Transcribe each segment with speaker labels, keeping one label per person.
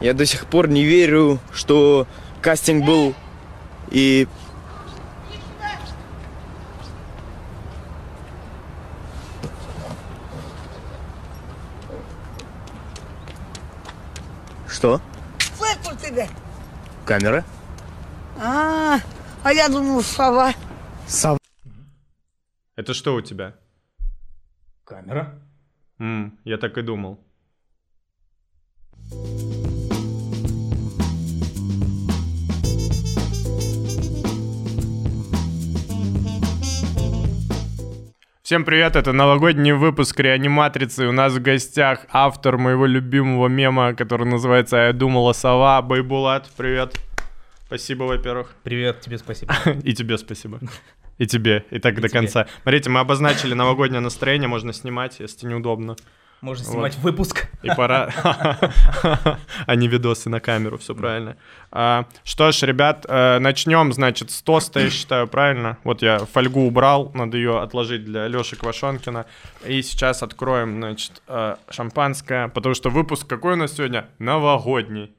Speaker 1: Я до сих пор не верю, что кастинг был и... Что?
Speaker 2: Флеку тебе.
Speaker 1: Камера?
Speaker 2: А, а я думал, сова.
Speaker 1: Сам.
Speaker 3: Это что у тебя?
Speaker 4: Камера?
Speaker 3: М, я так и думал. Всем привет, это новогодний выпуск реаниматрицы. У нас в гостях автор моего любимого мема, который называется «А «Я думала сова» Байбулат. Привет. Спасибо, во-первых.
Speaker 4: Привет, тебе спасибо.
Speaker 3: И тебе спасибо. И тебе, и так до
Speaker 4: тебе.
Speaker 3: конца. Смотрите, мы обозначили новогоднее настроение, можно снимать, если неудобно.
Speaker 4: Можно
Speaker 3: Вот.
Speaker 4: снимать выпуск.
Speaker 3: И пора... А не видосы на камеру, все правильно. А, Что ж, ребят, начнем, значит, с тоста, я считаю, правильно? Вот я фольгу убрал, надо ее отложить для Леши Квашонкина. И сейчас откроем, значит, э, шампанское, потому что выпуск какой у нас сегодня? Новогодний.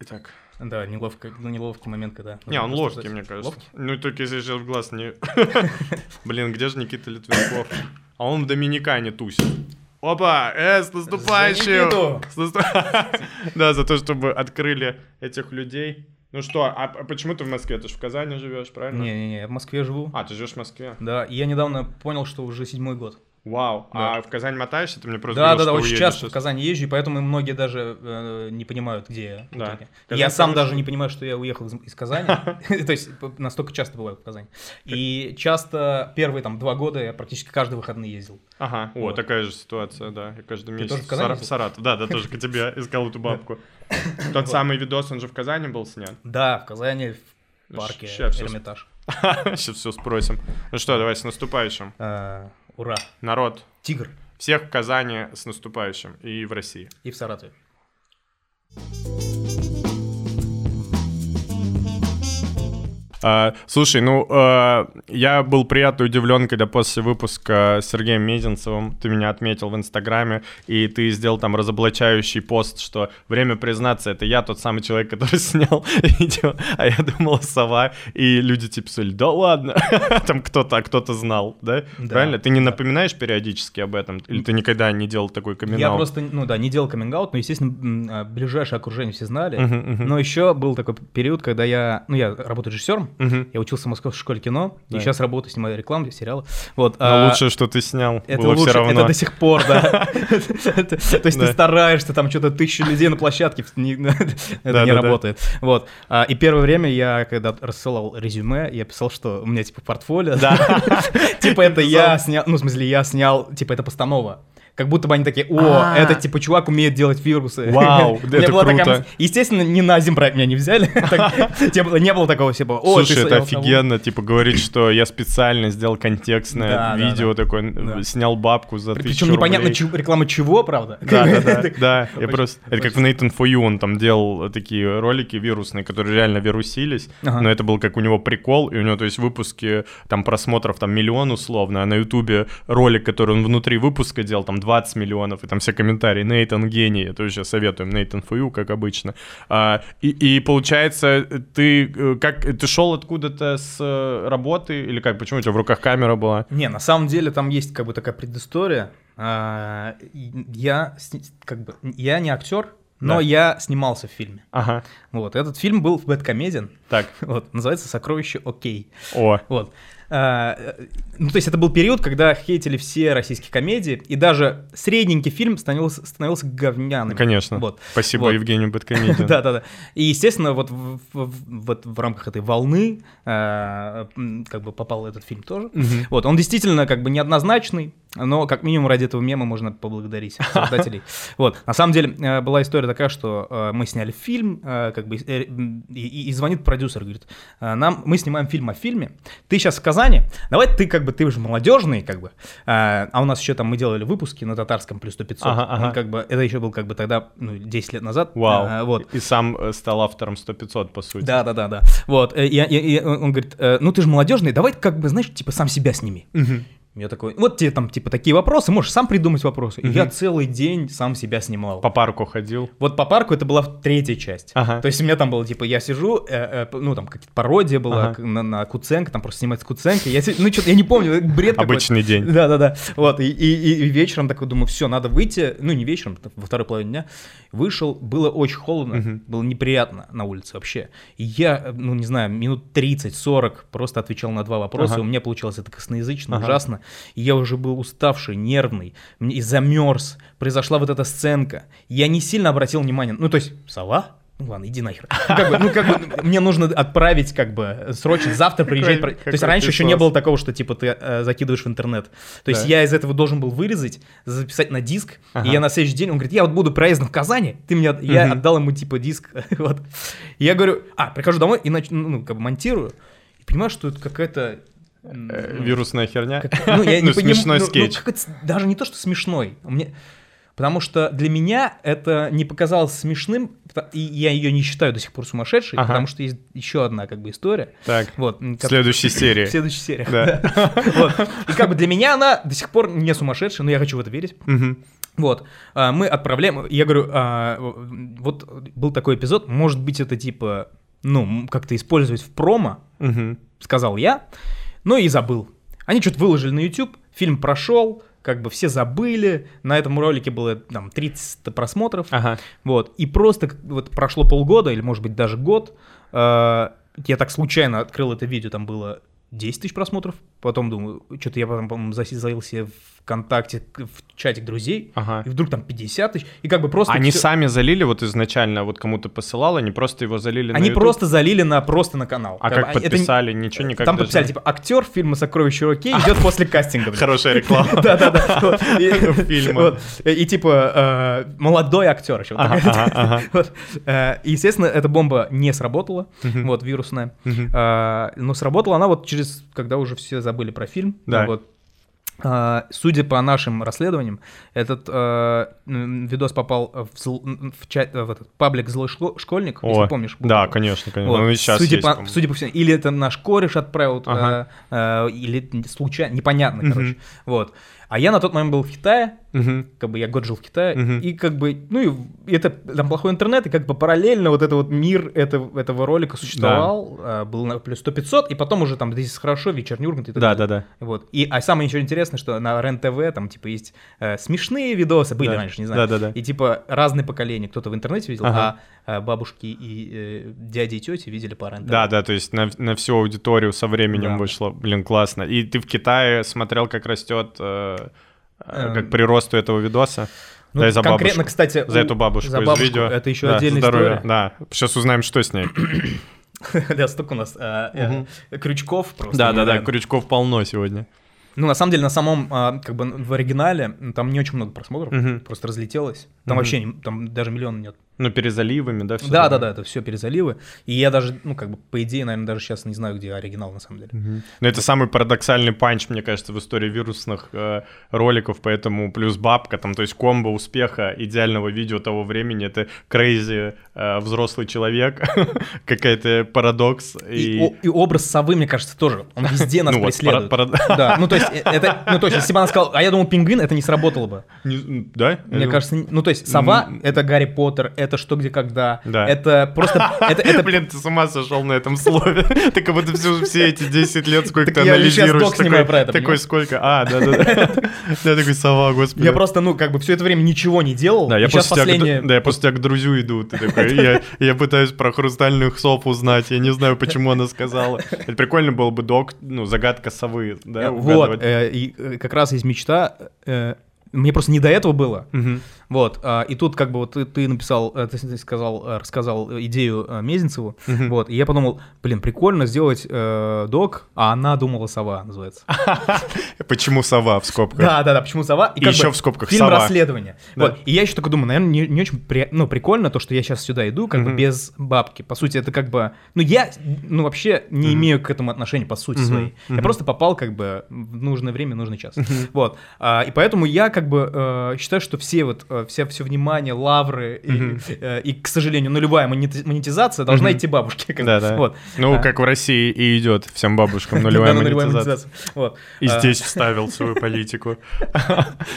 Speaker 3: Итак.
Speaker 4: Да, неловко, ну, неловкий момент, когда...
Speaker 3: Не,
Speaker 4: нужно
Speaker 3: он
Speaker 4: просто
Speaker 3: ловкий,
Speaker 4: ждать.
Speaker 3: мне кажется.
Speaker 4: Ловкий?
Speaker 3: Ну, только если же в глаз не... Блин, где же Никита Литвинков? А он в Доминикане тусит. Опа, э, с наступающим!
Speaker 4: Никиту!
Speaker 3: С наступ- Да, за то, чтобы открыли этих людей. Ну что, а а почему ты в Москве? Ты же в Казани живешь, правильно?
Speaker 4: Не-не-не, я в Москве живу.
Speaker 3: А, ты живешь в Москве.
Speaker 4: Да, и я недавно понял, что уже седьмой год.
Speaker 3: Вау.
Speaker 4: Да.
Speaker 3: А в Казань мотаешься? Ты мне просто
Speaker 4: Да,
Speaker 3: говорил,
Speaker 4: да, да,
Speaker 3: что
Speaker 4: очень
Speaker 3: уедешь
Speaker 4: часто
Speaker 3: сейчас.
Speaker 4: в Казань езжу, и поэтому и многие даже э, не понимают, где я. в
Speaker 3: Да.
Speaker 4: итоге.
Speaker 3: Казань,
Speaker 4: я сам
Speaker 3: конечно.
Speaker 4: даже не понимаю, что я уехал из, из Казани. То есть п- настолько часто бываю в Казани. И часто первые там два года я практически каждый выходный ездил.
Speaker 3: Ага, о,
Speaker 4: Вот.
Speaker 3: такая же ситуация, да. Я каждый месяц
Speaker 4: тоже в Казани
Speaker 3: Сара-
Speaker 4: был?
Speaker 3: Саратов. Да, да, тоже к тебе искал эту бабку. Тот самый видос, он же в Казани был снят.
Speaker 4: Да, в Казани, в
Speaker 3: Ну,
Speaker 4: парке,
Speaker 3: ща всё
Speaker 4: Эрмитаж.
Speaker 3: Сейчас все спросим. Ну что, давай с наступающим.
Speaker 4: Э, Ура.
Speaker 3: Народ,
Speaker 4: Тигр.
Speaker 3: всех в Казани с наступающим и в России.
Speaker 4: И в Саратове.
Speaker 3: А, слушай, ну э, я был приятно удивлен, когда после выпуска с Сергеем Мезенцевым ты меня отметил в Инстаграме, и ты сделал там разоблачающий пост, что время признаться, это я тот самый человек, который снял видео, а я думал сова, и люди типа писали, да ладно, там кто-то, а кто-то знал, да?
Speaker 4: Да,
Speaker 3: Правильно? Ты не
Speaker 4: да.
Speaker 3: напоминаешь периодически об этом? Или ты никогда не делал такой камин
Speaker 4: Я просто, ну да, не делал каминг но, естественно, м, а, ближайшее окружение все знали.
Speaker 3: Мгм, мгм.
Speaker 4: Но еще был такой период, когда я, ну я работаю режиссером, я учился в Московской школе кино,
Speaker 3: Да.
Speaker 4: и сейчас работаю, снимаю рекламу, сериалы. Вот,
Speaker 3: Но
Speaker 4: а,
Speaker 3: лучшее, что ты снял,
Speaker 4: это
Speaker 3: было
Speaker 4: лучше,
Speaker 3: все равно.
Speaker 4: это до сих пор, да. Это- То есть ты
Speaker 3: Да.
Speaker 4: стараешься, там что-то тысячу людей на площадке, не- это
Speaker 3: Да,
Speaker 4: не
Speaker 3: да, да.
Speaker 4: работает. Вот. А, И первое время я, когда рассылал резюме, я писал, что у меня типа портфолио. Типа это я снял, ну в смысле я снял, типа это постанова. Как будто бы они такие, о,
Speaker 3: А.
Speaker 4: этот типа чувак умеет делать вирусы.
Speaker 3: Вау,
Speaker 4: У меня
Speaker 3: это
Speaker 4: была такая
Speaker 3: круто.
Speaker 4: мысль. Естественно, ни на один проект меня не взяли. Так, не было- Не было такого типа, о, ты
Speaker 3: Слушай, это
Speaker 4: снял того».
Speaker 3: офигенно, типа говорить, что я специально сделал контекстное
Speaker 4: Да, да,
Speaker 3: видео такое, н-
Speaker 4: Да.
Speaker 3: снял бабку за тысячу
Speaker 4: Причем непонятно,
Speaker 3: рублей.
Speaker 4: чего- реклама чего, правда?
Speaker 3: Да, да, да, да. Я
Speaker 4: Очень-
Speaker 3: просто. Это как в Nathan For You, он там делал такие ролики вирусные, которые реально вирусились,
Speaker 4: Ага.
Speaker 3: но это был как у него прикол, и у него, то есть, выпуски, там, просмотров, там, миллион условно, а на Ютубе ролик, который он внутри выпуска делал, там, 20 миллионов, и там все комментарии, Нейтан гений, это вообще советуем, Nathan For You, как обычно. А, и, и получается, ты э, как, ты шел откуда-то с э, работы, или как, почему у тебя в руках камера была?
Speaker 4: Не, на самом деле там есть как бы такая предыстория. А, и Я сни- как бы я не актер, но
Speaker 3: Да.
Speaker 4: я снимался в фильме.
Speaker 3: Ага,
Speaker 4: Вот этот фильм был в Бэткомедиан.
Speaker 3: так,
Speaker 4: Вот называется "Сокровище Окей".
Speaker 3: о,
Speaker 4: Вот. А, э, Ну, то есть это был период, когда хейтили все российские комедии, и даже средненький фильм становился, становился говняным.
Speaker 3: ну, конечно.
Speaker 4: Вот.
Speaker 3: Спасибо
Speaker 4: Вот.
Speaker 3: Евгению Бэткомедиану.
Speaker 4: Да, да, да. И, естественно, вот в, в- вот в рамках этой волны а, м, как бы попал этот фильм тоже.
Speaker 3: Мгм.
Speaker 4: Вот, он действительно как бы неоднозначный, но как минимум ради этого мема можно поблагодарить создателей. Вот, на самом деле э, была история такая, что э, мы сняли фильм, э, как бы, э, м, и- и и звонит продюсер, говорит, э, нам, мы снимаем фильм о фильме, ты сейчас в Казани, давай ты как бы, ты же молодежный, как бы, э, а у нас еще там мы делали выпуски на татарском плюс 100 500,
Speaker 3: Ага, ага.
Speaker 4: Он как бы, это еще был как бы тогда, ну, 10 лет назад,
Speaker 3: Вау.
Speaker 4: Э, вот.
Speaker 3: И сам э, стал автором 100-500, по сути.
Speaker 4: Да, да, да, да. Вот. э, и- и- и он говорит, э, ну ты же молодежный, давай как бы, знаешь, типа сам себя сними.
Speaker 3: Мгм.
Speaker 4: Я такой, вот тебе там, типа, такие вопросы, можешь сам придумать вопросы. И я целый день сам себя снимал.
Speaker 3: По парку ходил.
Speaker 4: Вот по парку это была в- третья часть.
Speaker 3: Ага.
Speaker 4: То есть у меня там было, типа, я сижу, э, э, п- ну, там какие-то пародия была
Speaker 3: Ага.
Speaker 4: к- на, на Куценко, там просто снимать с Куценко. Я, си- ну, что-то, я не помню, бред какой-то.
Speaker 3: Обычный день.
Speaker 4: Да-да-да. Вот, и, и- и вечером такой думаю, все, надо выйти. Ну, не вечером, так во второй половине дня. Вышел, было очень холодно,
Speaker 3: Мгм.
Speaker 4: было неприятно на улице вообще. И я, э, ну, не знаю, минут 30-40 просто отвечал на два вопроса.
Speaker 3: Ага.
Speaker 4: У меня получалось это косноязычно,
Speaker 3: Ага.
Speaker 4: ужасно. И я уже был уставший, нервный, мне- и замерз. Произошла вот эта сценка. Я не сильно обратил внимание. Ну, то есть, сова? Ну ладно, иди нахер. Ну, как бы, ну, как бы, мне нужно отправить, как бы, срочно, завтра приезжать.
Speaker 3: Какой-
Speaker 4: То есть
Speaker 3: какой
Speaker 4: раньше
Speaker 3: ты
Speaker 4: еще не
Speaker 3: класс.
Speaker 4: было такого, что типа ты э, закидываешь в интернет. То есть
Speaker 3: Да.
Speaker 4: я из этого должен был вырезать, записать на диск,
Speaker 3: Ага.
Speaker 4: и я на следующий день, он говорит, я вот буду проездом в Казани, ты мне, от- я
Speaker 3: Мгм.
Speaker 4: отдал ему типа диск, вот. И я говорю, а, прихожу домой и нач- ну, как бы монтирую, и понимаю, что это какая-то... м,
Speaker 3: Э,
Speaker 4: ну,
Speaker 3: Вирусная херня.
Speaker 4: как- ну, я не
Speaker 3: Ну,
Speaker 4: поним-
Speaker 3: смешной
Speaker 4: ну, ну,
Speaker 3: скетч.
Speaker 4: как это с- даже не то, что смешной. У меня- Потому что для меня это не показалось смешным, пта- и я ее не считаю до сих пор сумасшедшей,
Speaker 3: Ага.
Speaker 4: потому что есть еще одна как бы история.
Speaker 3: Так,
Speaker 4: Вот, м,
Speaker 3: в
Speaker 4: как-
Speaker 3: следующей серии.
Speaker 4: в следующей серии.
Speaker 3: Да.
Speaker 4: Вот. И как бы для меня она до сих пор не сумасшедшая, но я хочу в это верить.
Speaker 3: Мгм.
Speaker 4: Вот, А, мы отправляем, я говорю, а, вот был такой эпизод, может быть это типа, ну, м, как-то использовать в промо,
Speaker 3: Мгм.
Speaker 4: сказал я, ну и забыл. Они что-то выложили на YouTube, фильм прошел, как бы все забыли, на этом ролике было там 30 просмотров,
Speaker 3: Ага.
Speaker 4: вот, и просто как- вот прошло полгода, или может быть даже год, э, я так случайно открыл это видео, там было 10 тысяч просмотров, потом думаю, что-то я потом, по-моему, заси- залился в ВКонтакте, к- в чатик друзей,
Speaker 3: Ага.
Speaker 4: и вдруг там 50 тысяч, и как бы Ну, просто...
Speaker 3: Они
Speaker 4: всё-
Speaker 3: сами залили вот изначально, вот кому-то посылал, они просто его залили на
Speaker 4: Они
Speaker 3: YouTube?
Speaker 4: просто залили на просто на канал.
Speaker 3: А
Speaker 4: бы,
Speaker 3: как
Speaker 4: это не-
Speaker 3: подписали? Ничего никак
Speaker 4: Там
Speaker 3: даже
Speaker 4: подписали,
Speaker 3: не-
Speaker 4: типа, актер фильма «Сокровище руки» идет после кастинга. блин.
Speaker 3: Хорошая реклама.
Speaker 4: Да, да, да. Вот. И-
Speaker 3: Фильма.
Speaker 4: вот. И типа э, молодой актер еще.
Speaker 3: Ага, ага, ага.
Speaker 4: Вот. Э, и, Естественно, эта бомба не сработала,
Speaker 3: Мгм.
Speaker 4: вот вирусная.
Speaker 3: Мгм.
Speaker 4: Э, Но сработала она вот через, когда уже все забыли про фильм.
Speaker 3: Да.
Speaker 4: Вот. Э, Судя по нашим расследованиям, этот э, м, видос попал в, зл- м, в чат, э, в этот паблик «Злой шко- школьник», если
Speaker 3: О,
Speaker 4: помнишь. был
Speaker 3: Да,
Speaker 4: такой.
Speaker 3: конечно, конечно.
Speaker 4: Вот.
Speaker 3: Ну, и сейчас
Speaker 4: судя,
Speaker 3: есть,
Speaker 4: по,
Speaker 3: по-моему.
Speaker 4: судя по всему, или это наш кореш отправил,
Speaker 3: Ага.
Speaker 4: э, э, или случайно, непонятно,
Speaker 3: Мгм.
Speaker 4: короче. Вот. А я на тот момент был в Китае,
Speaker 3: Мгм.
Speaker 4: как бы я год жил в Китае,
Speaker 3: Мгм.
Speaker 4: и как бы, ну и в- и это там плохой интернет, и как бы параллельно вот это вот мир этого, этого ролика существовал, э, был на плюс 100-500, и потом уже там здесь хорошо, вечерний Ургант и так
Speaker 3: Да,
Speaker 4: далее.
Speaker 3: да, да.
Speaker 4: Вот. И, а самое еще интересное, что на РЕН-ТВ там типа есть э, смешные видосы, были
Speaker 3: Да.
Speaker 4: раньше, не знаю.
Speaker 3: Да, да, да.
Speaker 4: И типа разные поколения, кто-то в интернете видел,
Speaker 3: Ага.
Speaker 4: а э, бабушки и э, дяди и тети видели по РЕН-ТВ.
Speaker 3: Да, да, то есть на, на всю аудиторию со временем
Speaker 4: Да.
Speaker 3: вышло. Блин, классно. И ты в Китае смотрел, как растет, э, э, как
Speaker 4: Эм.
Speaker 3: при росту этого видоса?
Speaker 4: Ну,
Speaker 3: да, и за
Speaker 4: конкретно,
Speaker 3: бабушку.
Speaker 4: кстати,
Speaker 3: За
Speaker 4: у-
Speaker 3: эту бабушку,
Speaker 4: за
Speaker 3: из
Speaker 4: бабушку
Speaker 3: видео.
Speaker 4: это еще
Speaker 3: Да,
Speaker 4: отдельная
Speaker 3: здоровье,
Speaker 4: история.
Speaker 3: Да, сейчас узнаем, что с ней.
Speaker 4: Да, столько у нас э, э, крючков просто.
Speaker 3: Да, да, да,
Speaker 4: невероятно.
Speaker 3: крючков полно сегодня.
Speaker 4: Ну, на самом деле, на самом, а, как бы, в оригинале ну, там не очень много просмотров,
Speaker 3: Мгм.
Speaker 4: просто разлетелось. Там
Speaker 3: Мгм.
Speaker 4: вообще, не- там даже миллиона нет.
Speaker 3: Ну, перезаливами, да, все.
Speaker 4: Да, да, да, это все перезаливы. И я даже, ну, как бы, по идее, наверное, даже сейчас не знаю, где оригинал на самом деле.
Speaker 3: Но это самый парадоксальный панч, мне кажется, в истории вирусных э, роликов, поэтому плюс бабка, там, то есть комбо успеха идеального видео того времени, это crazy э, взрослый человек, какая-то парадокс.
Speaker 4: И,
Speaker 3: И,
Speaker 4: о- и образ совы, мне кажется, тоже. Он везде нас
Speaker 3: Ну вот,
Speaker 4: преследует.
Speaker 3: пара- пара-
Speaker 4: Да, ну то есть, э, это, ну то есть, если бы она сказала, а я думал, пингвин, это не сработало бы.
Speaker 3: Не- да?
Speaker 4: Мне кажется, не- ну то есть, сова
Speaker 3: Э, М.
Speaker 4: это Гарри Поттер, это что, где, когда.
Speaker 3: Да.
Speaker 4: Это просто, это, это
Speaker 3: Блин, ты с ума сошел на этом слове. Ты как будто всю- все эти 10 лет сколько
Speaker 4: Так я сейчас док
Speaker 3: анализируешь.
Speaker 4: снимаю
Speaker 3: такой-
Speaker 4: про это,
Speaker 3: Такой
Speaker 4: понимаешь?
Speaker 3: сколько? А, да-да-да. Я такой, сова, господи.
Speaker 4: Я просто, ну, как бы все это время ничего не делал.
Speaker 3: Да, я
Speaker 4: и сейчас
Speaker 3: после, тебя к ду-
Speaker 4: последнее...
Speaker 3: да, я после тебя к друзю иду, ты такой, я, я пытаюсь про хрустальных сов узнать, я не знаю, почему она сказала. Это прикольно было бы док, ну, загадка совы,
Speaker 4: Э,
Speaker 3: да,
Speaker 4: вот,
Speaker 3: угадывать.
Speaker 4: э, и э, как раз есть мечта. э, мне просто не до этого было.
Speaker 3: Мгм.
Speaker 4: Вот, а, и тут как бы вот ты, ты написал, э, ты, с- ты сказал, э, рассказал э, идею э, Мезенцеву, вот, и я подумал, блин, прикольно сделать э, док, а она думала сова, называется.
Speaker 3: э, Почему сова в скобках?
Speaker 4: Да, да, да, почему сова?
Speaker 3: И еще в скобках
Speaker 4: фильм
Speaker 3: «Сова».
Speaker 4: расследование.
Speaker 3: Да.
Speaker 4: Вот. И я еще такой думаю, наверное, не, не очень при- ну, прикольно то, что я сейчас сюда иду, как бы
Speaker 3: Мгм.
Speaker 4: без бабки. По сути, это как бы. Ну, я ну, вообще не имею к этому отношения, по сути,
Speaker 3: Мгм.
Speaker 4: своей. Я
Speaker 3: Мгм.
Speaker 4: просто попал, как бы, в нужное время, нужный час. Вот. А, и поэтому я, как как бы э, считаю, что все вот, э, вся, все внимание, лавры и,
Speaker 3: Мгм.
Speaker 4: э, и, к сожалению, нулевая монет- монетизация должна
Speaker 3: Мгм.
Speaker 4: идти бабушке. как бы.
Speaker 3: Да-да.
Speaker 4: Вот.
Speaker 3: Ну,
Speaker 4: А.
Speaker 3: как в России и идет всем бабушкам нулевая
Speaker 4: Да, да,
Speaker 3: монетизация.
Speaker 4: монетизация. Вот.
Speaker 3: И
Speaker 4: А,
Speaker 3: здесь вставил свою политику.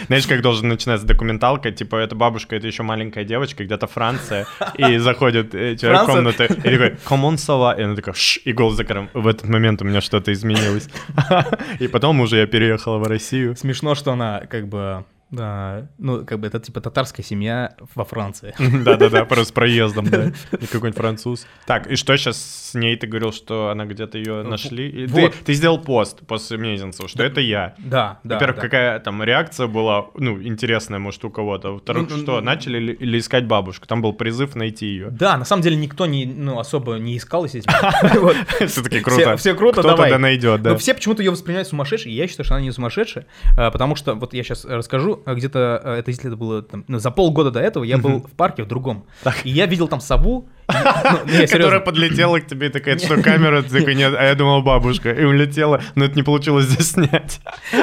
Speaker 3: Знаешь, как должен начинаться документалка? Типа, эта бабушка, это еще маленькая девочка, где-то Франция. И заходит э, человек в
Speaker 4: Франция?
Speaker 3: комнату и такой, «Come on, Сова». И она такая, «Шш», и голос за кором. В этот момент у меня что-то изменилось. И потом уже я переехала в Россию.
Speaker 4: Смешно, что она как бы... да, ну, как бы это типа татарская семья во Франции.
Speaker 3: Да-да-да, просто с проездом, да. И какой-нибудь француз. Так, и что сейчас с ней? Ты говорил, что она где-то ее нашли. И ты-
Speaker 4: Э, вот.
Speaker 3: Ты сделал пост после Мезенцева, что это я.
Speaker 4: Да, да.
Speaker 3: Во-первых,
Speaker 4: да.
Speaker 3: какая там реакция была, ну, интересная, может, у кого-то. Во-вторых,
Speaker 4: Ну, ну,
Speaker 3: что,
Speaker 4: ну.
Speaker 3: начали ли, или искать бабушку? Там был призыв найти ее.
Speaker 4: Да, на самом деле никто не, ну, особо не искал, естественно. Вот.
Speaker 3: Все-таки круто.
Speaker 4: Все, все круто,
Speaker 3: Кто-то
Speaker 4: давай.
Speaker 3: да найдет, да.
Speaker 4: Но все почему-то ее воспринимают сумасшедшей, и я считаю, что она не сумасшедшая, а, потому что, вот я сейчас расскажу, а, где-то, а, это если это было там, ну, за полгода до этого, я был в парке в другом, и я видел там сову, и- ну, не,
Speaker 3: Которая
Speaker 4: серьезно.
Speaker 3: подлетела к тебе и такая, «Это что, камера? Ты такой, нет, а я думал, бабушка. И улетела, но это не получилось заснять.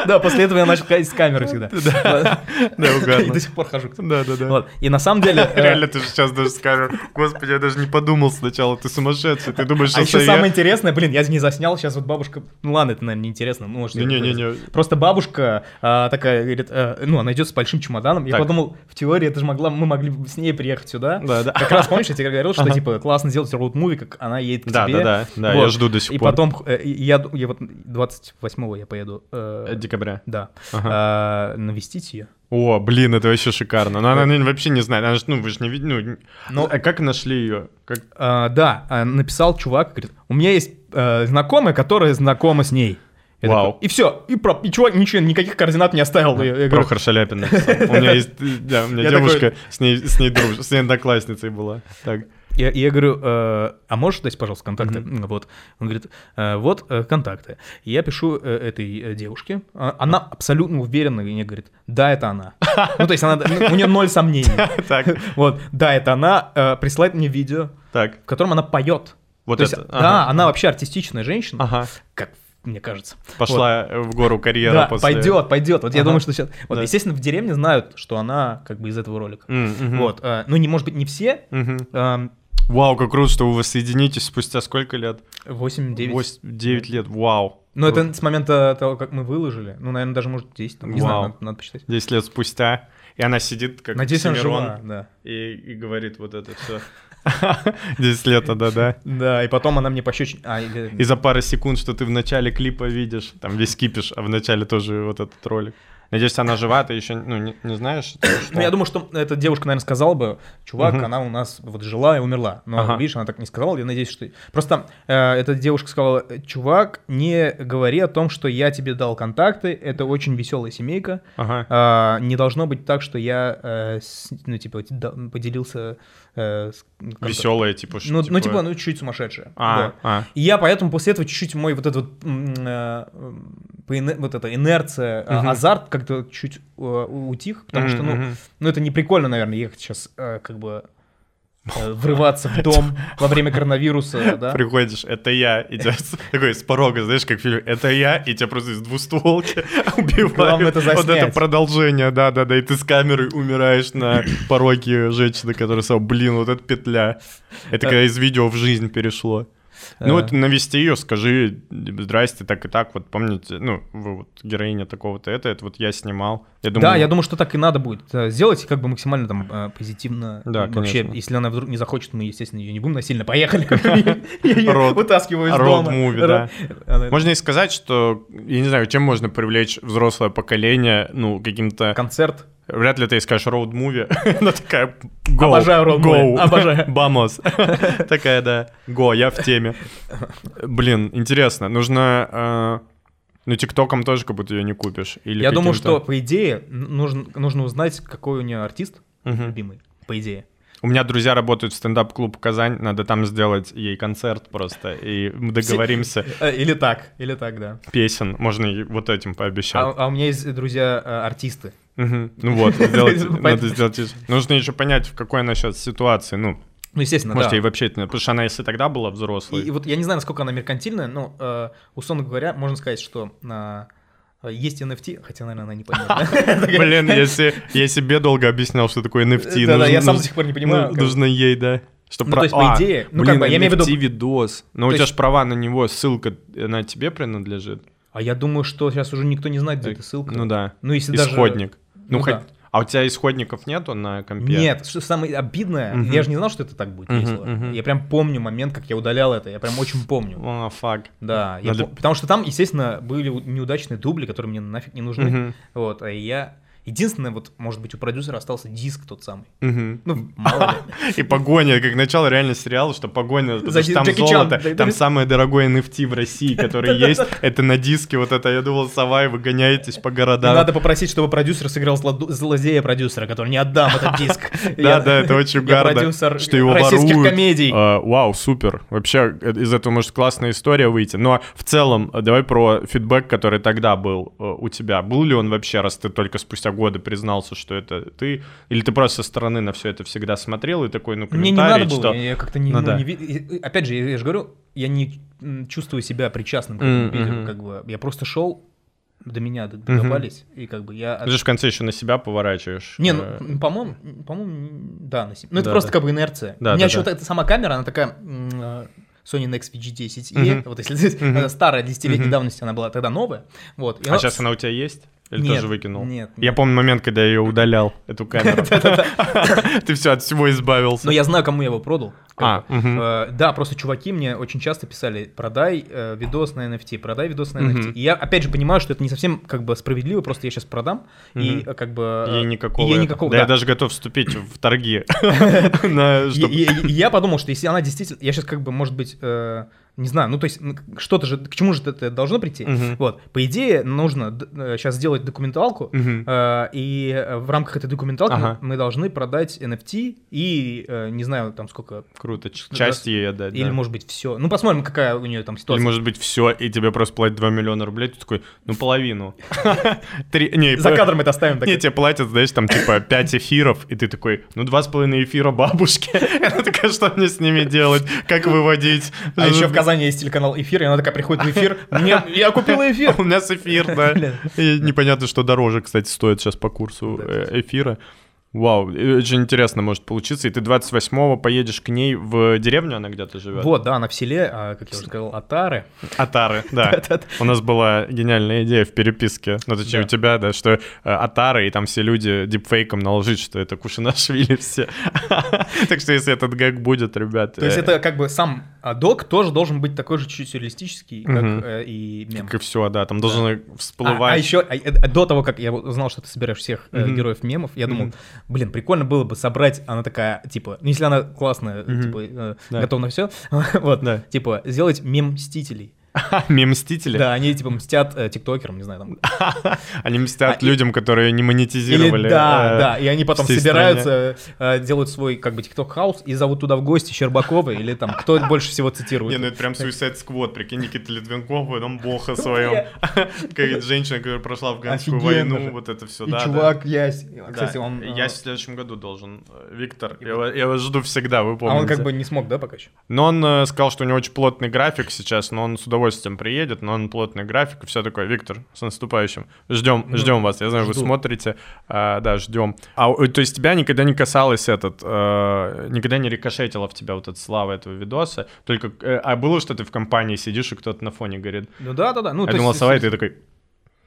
Speaker 4: да, после этого я начал ходить с камерой всегда.
Speaker 3: Да,
Speaker 4: И
Speaker 3: угадно.
Speaker 4: до сих пор хожу. к-
Speaker 3: Да-да-да.
Speaker 4: Вот. И на самом деле... э,
Speaker 3: Реально, ты же сейчас даже скажешь, господи, я даже не подумал сначала, ты сумасшедший, ты думаешь,
Speaker 4: А
Speaker 3: что
Speaker 4: еще
Speaker 3: это я?»
Speaker 4: самое интересное, блин, я не заснял, сейчас вот бабушка, ну ладно, это, наверное, неинтересно, ну может... я
Speaker 3: Не-не-не-не.
Speaker 4: вырезал. Просто бабушка а, такая говорит, э, ну она идет с большим чемоданом, я
Speaker 3: Так.
Speaker 4: подумал, в теории это же могла, мы могли бы с ней приехать сюда.
Speaker 3: Да-да.
Speaker 4: Как раз, помнишь, я тебе говорил, что
Speaker 3: Ага.
Speaker 4: типа классно сделать роуд-муви, как она едет к
Speaker 3: Да,
Speaker 4: тебе.
Speaker 3: да, да, да, я жду до сих
Speaker 4: и
Speaker 3: пор.
Speaker 4: потом, э, и я, ду- я вот 28-го я поеду. э,
Speaker 3: Э, Декабря.
Speaker 4: Да. э, навестить ее.
Speaker 3: О, блин, это вообще шикарно. Но она, наверное, вообще не знает. Она ж, ну, вы же не видите. Ну, не-
Speaker 4: Ну-
Speaker 3: а как нашли ее? Как...
Speaker 4: А, да, а, написал чувак, говорит, у меня есть э, знакомая, которая знакома с ней. Я
Speaker 3: Вау.
Speaker 4: такой, и все, и, про, и чувак ничего, никаких координат не оставил. Ну, Я- я говорю,
Speaker 3: Прохор Шаляпин написал. У меня есть, э, да, у меня
Speaker 4: Я
Speaker 3: девушка, с ней с ней дружит, с ней одноклассницей была. Так,
Speaker 4: я, я говорю, «Э, а можешь дать, пожалуйста, контакты? М, Вот. Он говорит, «Э, вот э, контакты. И я пишу э, этой э, девушке, А, она абсолютно уверена, и мне говорит, да, это она. Ну, то есть она, ну, у нее ноль сомнений.
Speaker 3: так,
Speaker 4: Вот, да, это она, э, присылает мне видео,
Speaker 3: так.
Speaker 4: в котором она поет.
Speaker 3: Вот
Speaker 4: То есть,
Speaker 3: это,
Speaker 4: Да,
Speaker 3: ага.
Speaker 4: она вообще артистичная женщина,
Speaker 3: Ага.
Speaker 4: как мне кажется. Вот.
Speaker 3: Пошла э, в гору карьера
Speaker 4: Да,
Speaker 3: после.
Speaker 4: пойдет, пойдет. Вот я
Speaker 3: Ага.
Speaker 4: думаю, что сейчас. Вот,
Speaker 3: Да.
Speaker 4: естественно, в деревне знают, что она как бы из этого ролика.
Speaker 3: М, мгм.
Speaker 4: Вот. э, Ну, не может быть, не все.
Speaker 3: Мгм.
Speaker 4: эм,
Speaker 3: Вау, как круто, что вы воссоединитесь спустя сколько лет?
Speaker 4: 8-9.
Speaker 3: 9 лет, вау.
Speaker 4: Ну, это с момента того, как мы выложили. Ну, наверное, даже, может, 10. там, Не знаю,
Speaker 3: Вау.
Speaker 4: надо- надо посчитать.
Speaker 3: 10 лет спустя. И она сидит, как
Speaker 4: Надеюсь, она
Speaker 3: Оксимирон,
Speaker 4: жива, да.
Speaker 3: и, и говорит вот это все. 10 лет, да-да.
Speaker 4: Да, и потом она мне пощечин... А, или-
Speaker 3: И за пару секунд, что ты в начале клипа видишь, там весь кипиш, а в начале тоже вот этот ролик. Надеюсь, она жива, ты еще ну, не, не знаешь? потому что-
Speaker 4: Ну, я думаю, что эта девушка, наверное, сказала бы, чувак,
Speaker 3: Мгм.
Speaker 4: она у нас вот жила и умерла. Но,
Speaker 3: Ага.
Speaker 4: видишь, она так не сказала, я надеюсь, что... Просто э, эта девушка сказала, чувак, не говори о том, что я тебе дал контакты, это очень веселая семейка,
Speaker 3: Ага.
Speaker 4: А, не должно быть так, что я, э, с- ну, типа, д- поделился... э, с- как-то-
Speaker 3: Веселая, типа, что,
Speaker 4: Ну, ну, типа, ну, чуть сумасшедшая.
Speaker 3: А,
Speaker 4: Да.
Speaker 3: а.
Speaker 4: И я поэтому после этого чуть-чуть мой вот этот вот, м, э, м, по ине- вот эта инерция, а,
Speaker 3: Мгм.
Speaker 4: азарт как-то чуть э, у- утих, потому что, ну,
Speaker 3: Мгм, мгм.
Speaker 4: ну, это не прикольно, наверное, ехать сейчас как бы э, врываться в дом во время коронавируса, да?
Speaker 3: Приходишь, это я, и тебя с- такой с порога, знаешь, как в фильме, это я, и тебя просто из двустволки убивают.
Speaker 4: Главное это
Speaker 3: Вот это
Speaker 4: заснять.
Speaker 3: продолжение, да-да-да, и ты с камерой умираешь на пороге женщины, которая сказала, блин, вот это петля. Это когда из видео в жизнь перешло. Ну
Speaker 4: Э.
Speaker 3: вот навести ее, скажи, здрасте, так и так, вот помните, ну, вы вот героиня такого-то, это, это вот я снимал. Я думаю,
Speaker 4: Да, я думаю, что так и надо будет э, сделать, и как бы максимально там э, позитивно.
Speaker 3: Да,
Speaker 4: Вообще,
Speaker 3: конечно.
Speaker 4: если она вдруг не захочет, мы, естественно, ее не будем насильно. Поехали. Я ее
Speaker 3: Род-
Speaker 4: вытаскиваю из
Speaker 3: род
Speaker 4: дома.
Speaker 3: муви,
Speaker 4: Род-
Speaker 3: да.
Speaker 4: Она-
Speaker 3: Можно и сказать, что, я не знаю, чем можно привлечь взрослое поколение, ну, каким-то...
Speaker 4: Концерт.
Speaker 3: Вряд ли ты ей скажешь роуд-муви. Она такая, go,
Speaker 4: Обожаю road movie,
Speaker 3: go,
Speaker 4: обожаю.
Speaker 3: Бамос. Такая, да, го, я в теме. Блин, интересно, нужно... э, Ну, тиктоком тоже как будто ее не купишь. Или
Speaker 4: Я думаю, что,
Speaker 3: каким-то-
Speaker 4: по идее, н- нужно нужно узнать, какой у нее артист
Speaker 3: Мгм.
Speaker 4: любимый, по идее.
Speaker 3: У меня друзья работают в стендап-клуб «Казань», надо там сделать ей концерт просто, и мы договоримся
Speaker 4: Э, Или так, или так, да.
Speaker 3: песен, можно и вот этим пообещать.
Speaker 4: А а у меня есть друзья э, артисты.
Speaker 3: Мгм. Ну вот, сделать-
Speaker 4: Поэтому-
Speaker 3: надо сделать... из- Нужно еще понять, в какой она сейчас ситуации, ну,
Speaker 4: Ну, естественно,
Speaker 3: может,
Speaker 4: да.
Speaker 3: ей вообще... это не- Потому что она, если тогда была взрослой...
Speaker 4: И, и вот я не знаю, насколько она меркантильная, но, э, условно говоря, можно сказать, что э, Есть NFT, хотя, наверное, она не понятна.
Speaker 3: Блин, если я себе долго объяснял, что такое NFT.
Speaker 4: Да-да, я
Speaker 3: нужно-
Speaker 4: сам до сих пор не понимаю,
Speaker 3: ну,
Speaker 4: как.
Speaker 3: Нужно ей, да. Что А.
Speaker 4: Ну, то есть, по идее, ну, как бы, я имею в виду-
Speaker 3: видос. Но у
Speaker 4: То
Speaker 3: тебя
Speaker 4: есть-
Speaker 3: же права на него, ссылка на тебе принадлежит.
Speaker 4: А я думаю, что сейчас уже никто не знает, где эта ссылка.
Speaker 3: Ну да.
Speaker 4: Ну, если даже-
Speaker 3: Исходник. Ну,
Speaker 4: Ну
Speaker 3: хоть-
Speaker 4: да.
Speaker 3: А у тебя исходников нету на компе?
Speaker 4: Нет, что самое обидное,
Speaker 3: Мгм.
Speaker 4: я же не знал, что это так будет
Speaker 3: Мгм,
Speaker 4: весело.
Speaker 3: мгм.
Speaker 4: Я прям помню момент, как я удалял это, я прям очень помню.
Speaker 3: О, фак.
Speaker 4: Да, я
Speaker 3: Надо-
Speaker 4: пом- потому что там, естественно, были у- неудачные дубли, которые мне нафиг не нужны.
Speaker 3: Мгм.
Speaker 4: Вот, а я... Единственное, вот, может быть, у продюсера остался диск тот самый.
Speaker 3: Мгм.
Speaker 4: Ну, мало ли.
Speaker 3: И погоня, как начало реально сериала, что погоня, потому
Speaker 4: За
Speaker 3: что там
Speaker 4: Джеки Чан,
Speaker 3: золото,
Speaker 4: да, да,
Speaker 3: там
Speaker 4: да.
Speaker 3: самое дорогое NFT в России, которое есть, это на диске вот это, я думал, сова, и вы гоняетесь по
Speaker 4: И
Speaker 3: городам.
Speaker 4: Надо попросить, чтобы продюсер сыграл зло- злодея продюсера, который не отдам этот диск.
Speaker 3: Да,
Speaker 4: Я-
Speaker 3: да, это очень
Speaker 4: я
Speaker 3: угарно,
Speaker 4: продюсер
Speaker 3: что его
Speaker 4: российских
Speaker 3: воруют.
Speaker 4: комедий.
Speaker 3: А, Вау, супер. Вообще э, из этого может классная история выйти. Но в целом, э, давай про фидбэк, который тогда был э, у тебя. Был ли он вообще, раз ты только спустя годы признался, что это ты? Или ты просто со стороны на все это всегда смотрел и такой, ну,
Speaker 4: Мне не надо
Speaker 3: комментарий
Speaker 4: было,
Speaker 3: читал?
Speaker 4: я как-то не,
Speaker 3: Ну
Speaker 4: ну,
Speaker 3: да.
Speaker 4: не ви- и- и- Опять же, я, я же говорю, я не м, чувствую себя причастным к
Speaker 3: М,
Speaker 4: этому видео,
Speaker 3: мгм.
Speaker 4: как бы. Я просто шел, до меня д-
Speaker 3: Мгм.
Speaker 4: докопались, и как бы я... от-
Speaker 3: Ты же в конце еще на себя поворачиваешь.
Speaker 4: Не,
Speaker 3: Э,
Speaker 4: ну, по-моему, по-моему, да, на сем- Ну, это
Speaker 3: Да,
Speaker 4: просто
Speaker 3: да.
Speaker 4: как бы инерция.
Speaker 3: Да,
Speaker 4: У меня
Speaker 3: да,
Speaker 4: еще
Speaker 3: да.
Speaker 4: вот эта сама камера, она такая... м, э, Sony Nex VG10e,
Speaker 3: Мгм.
Speaker 4: вот если здесь,
Speaker 3: Мгм.
Speaker 4: э, старая, 10-летней
Speaker 3: Мгм.
Speaker 4: давности, она была тогда новая, вот. и
Speaker 3: А сейчас она у тебя есть? Или
Speaker 4: Нет,
Speaker 3: тоже выкинул?
Speaker 4: нет,
Speaker 3: Я
Speaker 4: нет.
Speaker 3: помню момент, когда я ее удалял, эту камеру. Ты все от всего избавился.
Speaker 4: Но Ну, я знаю, кому я его продал.
Speaker 3: А,
Speaker 4: Как бы.
Speaker 3: мгм.
Speaker 4: Э, да, просто чуваки мне очень часто писали, продай э, видос на NFT, продай видос на NFT.
Speaker 3: Мгм.
Speaker 4: И я, опять же, понимаю, что это не совсем как бы справедливо, просто я сейчас продам, и
Speaker 3: Мгм.
Speaker 4: э, как бы... э,
Speaker 3: Ей никакого.
Speaker 4: и я
Speaker 3: этого.
Speaker 4: никакого,
Speaker 3: Да,
Speaker 4: да.
Speaker 3: я даже готов вступить в торги. На-
Speaker 4: И-
Speaker 3: чтоб-
Speaker 4: и- и- и я подумал, что если она действительно... Я сейчас как бы, может быть, э, не знаю, ну то есть м, к- что-то же, к чему же это должно прийти?
Speaker 3: Мгм.
Speaker 4: Вот, по идее, нужно сейчас сделать документалку,
Speaker 3: Мгм.
Speaker 4: Э, И э, в рамках этой документалки
Speaker 3: Ага.
Speaker 4: мы мы должны продать NFT и, э, не знаю, там сколько,
Speaker 3: Круто. ч- Часть ей отдать.
Speaker 4: или,
Speaker 3: да.
Speaker 4: может быть, все. Ну, посмотрим, какая у нее там
Speaker 3: Или,
Speaker 4: ситуация.
Speaker 3: может быть, все, и тебе просто платят 2 миллиона рублей, ты такой, ну, половину. Три- не,
Speaker 4: За
Speaker 3: по-
Speaker 4: кадром это оставим. так.
Speaker 3: Не, тебе платят, знаешь, там, типа, 5 эфиров, и ты такой, ну, два с половиной эфира бабушке. Она такая, что мне с ними делать? Как выводить?
Speaker 4: А еще
Speaker 3: ну.
Speaker 4: в Казани есть телеканал «Эфир», и она такая приходит в эфир. Мне, я купила эфир.
Speaker 3: У нас эфир, да.
Speaker 4: Бля.
Speaker 3: И непонятно, что дороже, кстати, стоит сейчас по курсу
Speaker 4: Да,
Speaker 3: э, эфира. Вау, и очень интересно может получиться. И ты 28-го поедешь к ней в деревню, она где-то живет.
Speaker 4: Вот, да, она в селе, а, как я уже сказал, Атары.
Speaker 3: Атары, да.
Speaker 4: Да-да-да.
Speaker 3: У нас была гениальная идея в переписке, ну точнее
Speaker 4: Да.
Speaker 3: у тебя, да, что э, Атары и там все люди дипфейком наложить, что это Кушинашвили все. Так что если этот гэг будет, ребят...
Speaker 4: То есть
Speaker 3: э,
Speaker 4: это как бы сам а, док тоже должен быть такой же чуть сюрреалистический, как
Speaker 3: Мгм.
Speaker 4: э, и мем.
Speaker 3: Как и все, да, там должно всплывать.
Speaker 4: А, еще до того, как я вот узнал, что ты собираешь всех э,
Speaker 3: Мгм.
Speaker 4: героев мемов, я думал,
Speaker 3: Мгм.
Speaker 4: блин, прикольно было бы собрать, она такая, типа, ну, если она классная,
Speaker 3: Мгм.
Speaker 4: типа, э,
Speaker 3: Да.
Speaker 4: готова на все, вот,
Speaker 3: Да.
Speaker 4: типа, сделать мем Мстителей.
Speaker 3: Мем Мстители.
Speaker 4: А, Да, они, типа, мстят э, тиктокерам, не знаю, там.
Speaker 3: Они мстят
Speaker 4: А, и-
Speaker 3: людям, которые не
Speaker 4: Или,
Speaker 3: монетизировали.
Speaker 4: да,
Speaker 3: э,
Speaker 4: да, и они потом
Speaker 3: всей
Speaker 4: собираются, э, делают свой, как бы, тикток-хаус и зовут туда в гости Щербакова или там, кто больше всего
Speaker 3: Не, ну
Speaker 4: цитирует.
Speaker 3: это прям Suicide Squad, прикинь, Никита Литвинков в этом бога своем. Какая-то женщина, которая прошла афганскую
Speaker 4: Офигенно
Speaker 3: войну,
Speaker 4: же.
Speaker 3: вот это все,
Speaker 4: И
Speaker 3: да. да.
Speaker 4: чувак Ясь,
Speaker 3: Да.
Speaker 4: кстати, он... э,
Speaker 3: Я в следующем году должен. э, Виктор, я, вас- я вас жду всегда, вы
Speaker 4: А
Speaker 3: помните.
Speaker 4: он как бы не смог, да, пока еще?
Speaker 3: Но он э, сказал, что у него очень плотный график сейчас, но он с удовольствием приедет, но он плотный график, и все такое. Виктор, с наступающим. Ждем,
Speaker 4: Ну,
Speaker 3: ждем вас. Я знаю, вы
Speaker 4: жду.
Speaker 3: смотрите. А, да, ждем. А э, то есть тебя никогда не касалось этот, э, никогда не рикошетила в тебя вот эта слава этого видоса. Только, э, а было, что ты в компании сидишь, и кто-то на фоне говорит.
Speaker 4: Ну да, да, да. Ну,
Speaker 3: я
Speaker 4: то
Speaker 3: думал,
Speaker 4: есть-
Speaker 3: сова, и ты такой,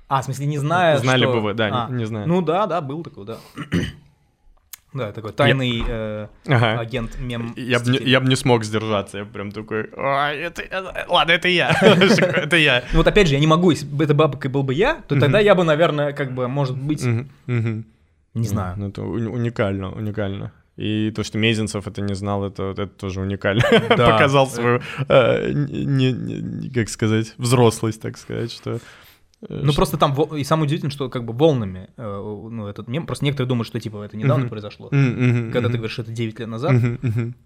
Speaker 4: А, в смысле, не зная,
Speaker 3: Знали
Speaker 4: что-
Speaker 3: бы вы, да, не-
Speaker 4: А,
Speaker 3: не знаю.
Speaker 4: Ну да, да, был такой, да. Да, такой тайный э,
Speaker 3: ага.
Speaker 4: агент мем.
Speaker 3: А? Я бы, не,
Speaker 4: Мстителей.
Speaker 3: я б не смог сдержаться, я б прям такой, «Ай, это, я- ладно, это я, это я.
Speaker 4: Ну Вот опять же, я не могу, если бы это бабкой был бы я, то
Speaker 3: Мгм.
Speaker 4: тогда я бы, наверное, как бы, может быть,
Speaker 3: Мгм, мгм.
Speaker 4: не знаю.
Speaker 3: Ну, это уни- уникально, уникально. И то, что Мезенцев это не знал, это, это тоже уникально.
Speaker 4: Да.
Speaker 3: Показал свою, э, не- не- не- как сказать, взрослость, так сказать, что... э,
Speaker 4: Ну просто там, во- и самое удивительное, что как бы волнами, э, ну этот мем, просто некоторые думают, что типа это недавно
Speaker 3: Мгм.
Speaker 4: произошло. Когда ты говоришь, это 9 лет назад,